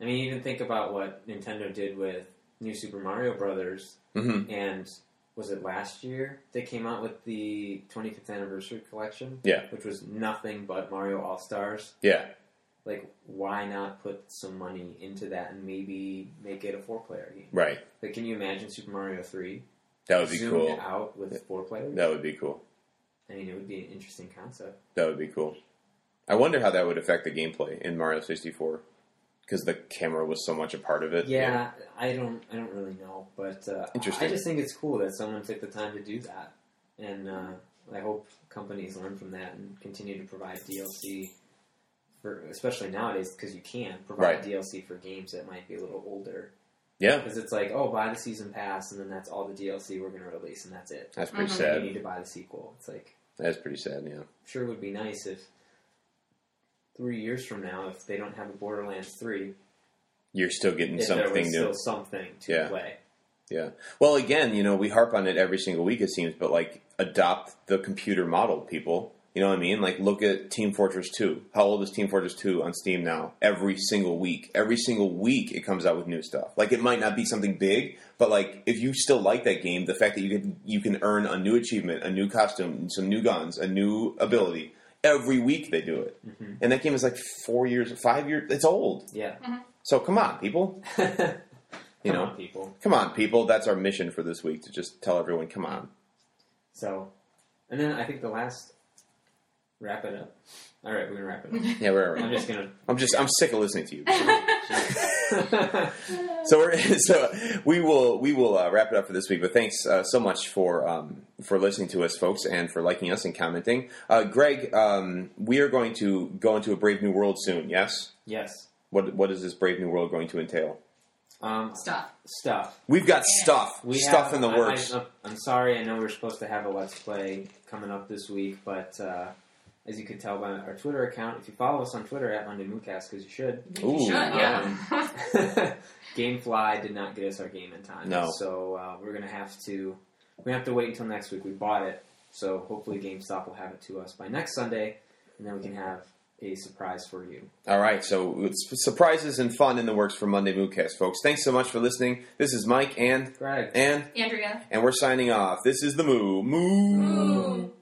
[SPEAKER 2] I mean, even think about what Nintendo did with New Super Mario Brothers,
[SPEAKER 1] Mm-hmm.
[SPEAKER 2] and was it last year they came out with the 25th anniversary collection?
[SPEAKER 1] Yeah.
[SPEAKER 2] which was nothing but Mario All Stars.
[SPEAKER 1] Yeah.
[SPEAKER 2] Like, why not put some money into that and maybe make it a four-player game?
[SPEAKER 1] Right.
[SPEAKER 2] Like, can you imagine Super Mario Three
[SPEAKER 1] That would be
[SPEAKER 2] zoomed
[SPEAKER 1] cool.
[SPEAKER 2] out with four players?
[SPEAKER 1] That would be cool.
[SPEAKER 2] I mean, it would be an interesting concept.
[SPEAKER 1] That would be cool. I wonder how that would affect the gameplay in Mario sixty four. Because the camera was so much a part of it.
[SPEAKER 2] Yeah, I don't, I don't really know, but uh,
[SPEAKER 1] Interesting.
[SPEAKER 2] I just think it's cool that someone took the time to do that, and uh, I hope companies learn from that and continue to provide DLC for, especially nowadays, because you can provide
[SPEAKER 1] Right.
[SPEAKER 2] DLC for games that might be a little older.
[SPEAKER 1] Yeah,
[SPEAKER 2] because it's like, oh, buy the season pass, and then that's all the DLC we're going to release, and that's it.
[SPEAKER 1] that's pretty
[SPEAKER 2] You
[SPEAKER 3] Mhm.
[SPEAKER 1] sad.
[SPEAKER 2] need to buy the sequel. It's like,
[SPEAKER 1] That's pretty sad. Yeah.
[SPEAKER 2] sure, it would be nice if three years from now, if they don't have a Borderlands three,
[SPEAKER 1] You're still getting
[SPEAKER 2] if there was
[SPEAKER 1] something new.
[SPEAKER 2] still something to
[SPEAKER 1] Yeah.
[SPEAKER 2] play.
[SPEAKER 1] Well, again, you know, we harp on it every single week, it seems, but like adopt the computer model, people. You know what I mean? Like, look at Team Fortress 2. How old is Team Fortress 2 on Steam now? Every single week. Every single week, it comes out with new stuff. Like, it might not be something big, but like, if you still like that game, the fact that you can, you can earn a new achievement, a new costume, some new guns, a new ability, every week they do it.
[SPEAKER 2] Mhm.
[SPEAKER 1] And that game is like four years, five years, it's old.
[SPEAKER 2] Yeah,
[SPEAKER 1] So come on, people. You
[SPEAKER 2] Come
[SPEAKER 1] know,
[SPEAKER 2] on, people.
[SPEAKER 1] Come on, people. That's our mission for this week to just tell everyone, come on.
[SPEAKER 2] So, and then I think the last wrap it up. All right, we're gonna wrap it up.
[SPEAKER 1] Yeah, we're
[SPEAKER 2] I'm just gonna.
[SPEAKER 1] I'm just I'm sick of listening to you.
[SPEAKER 2] Jeez.
[SPEAKER 3] Oh.
[SPEAKER 1] So we're so we will we will uh, wrap it up for this week. But thanks uh, so much for um, for listening to us, folks, and for liking us and commenting. Uh, Greg, um, we are going to go into a brave new world soon. Yes.
[SPEAKER 2] yes.
[SPEAKER 1] What what is this brave new world going to entail?
[SPEAKER 2] Um,
[SPEAKER 3] Stuff.
[SPEAKER 2] stuff.
[SPEAKER 1] We've got stuff
[SPEAKER 2] We
[SPEAKER 1] stuff
[SPEAKER 2] have-
[SPEAKER 1] in the
[SPEAKER 2] I-
[SPEAKER 1] works.
[SPEAKER 2] I, am sorry. I know we are supposed to have a let's play coming up this week, but uh, as you can tell by our Twitter account, if you follow us on Twitter at Monday Moocast, because you should,
[SPEAKER 1] Ooh.
[SPEAKER 3] You should, yeah.
[SPEAKER 2] Um, GameFly did not get us our game in time.
[SPEAKER 1] No.
[SPEAKER 2] So uh, we're gonna have to we're gonna have to wait until next week. We bought it, so hopefully GameStop will have it to us by next Sunday, and then we can have a surprise for you.
[SPEAKER 1] All right, so it's surprises and fun in the works for Monday Moodcast, folks. Thanks so much for listening. This is Mike and
[SPEAKER 2] Greg.
[SPEAKER 1] and
[SPEAKER 3] Andrea.
[SPEAKER 1] and we're signing off. This is the Moo Moo.
[SPEAKER 3] Ooh.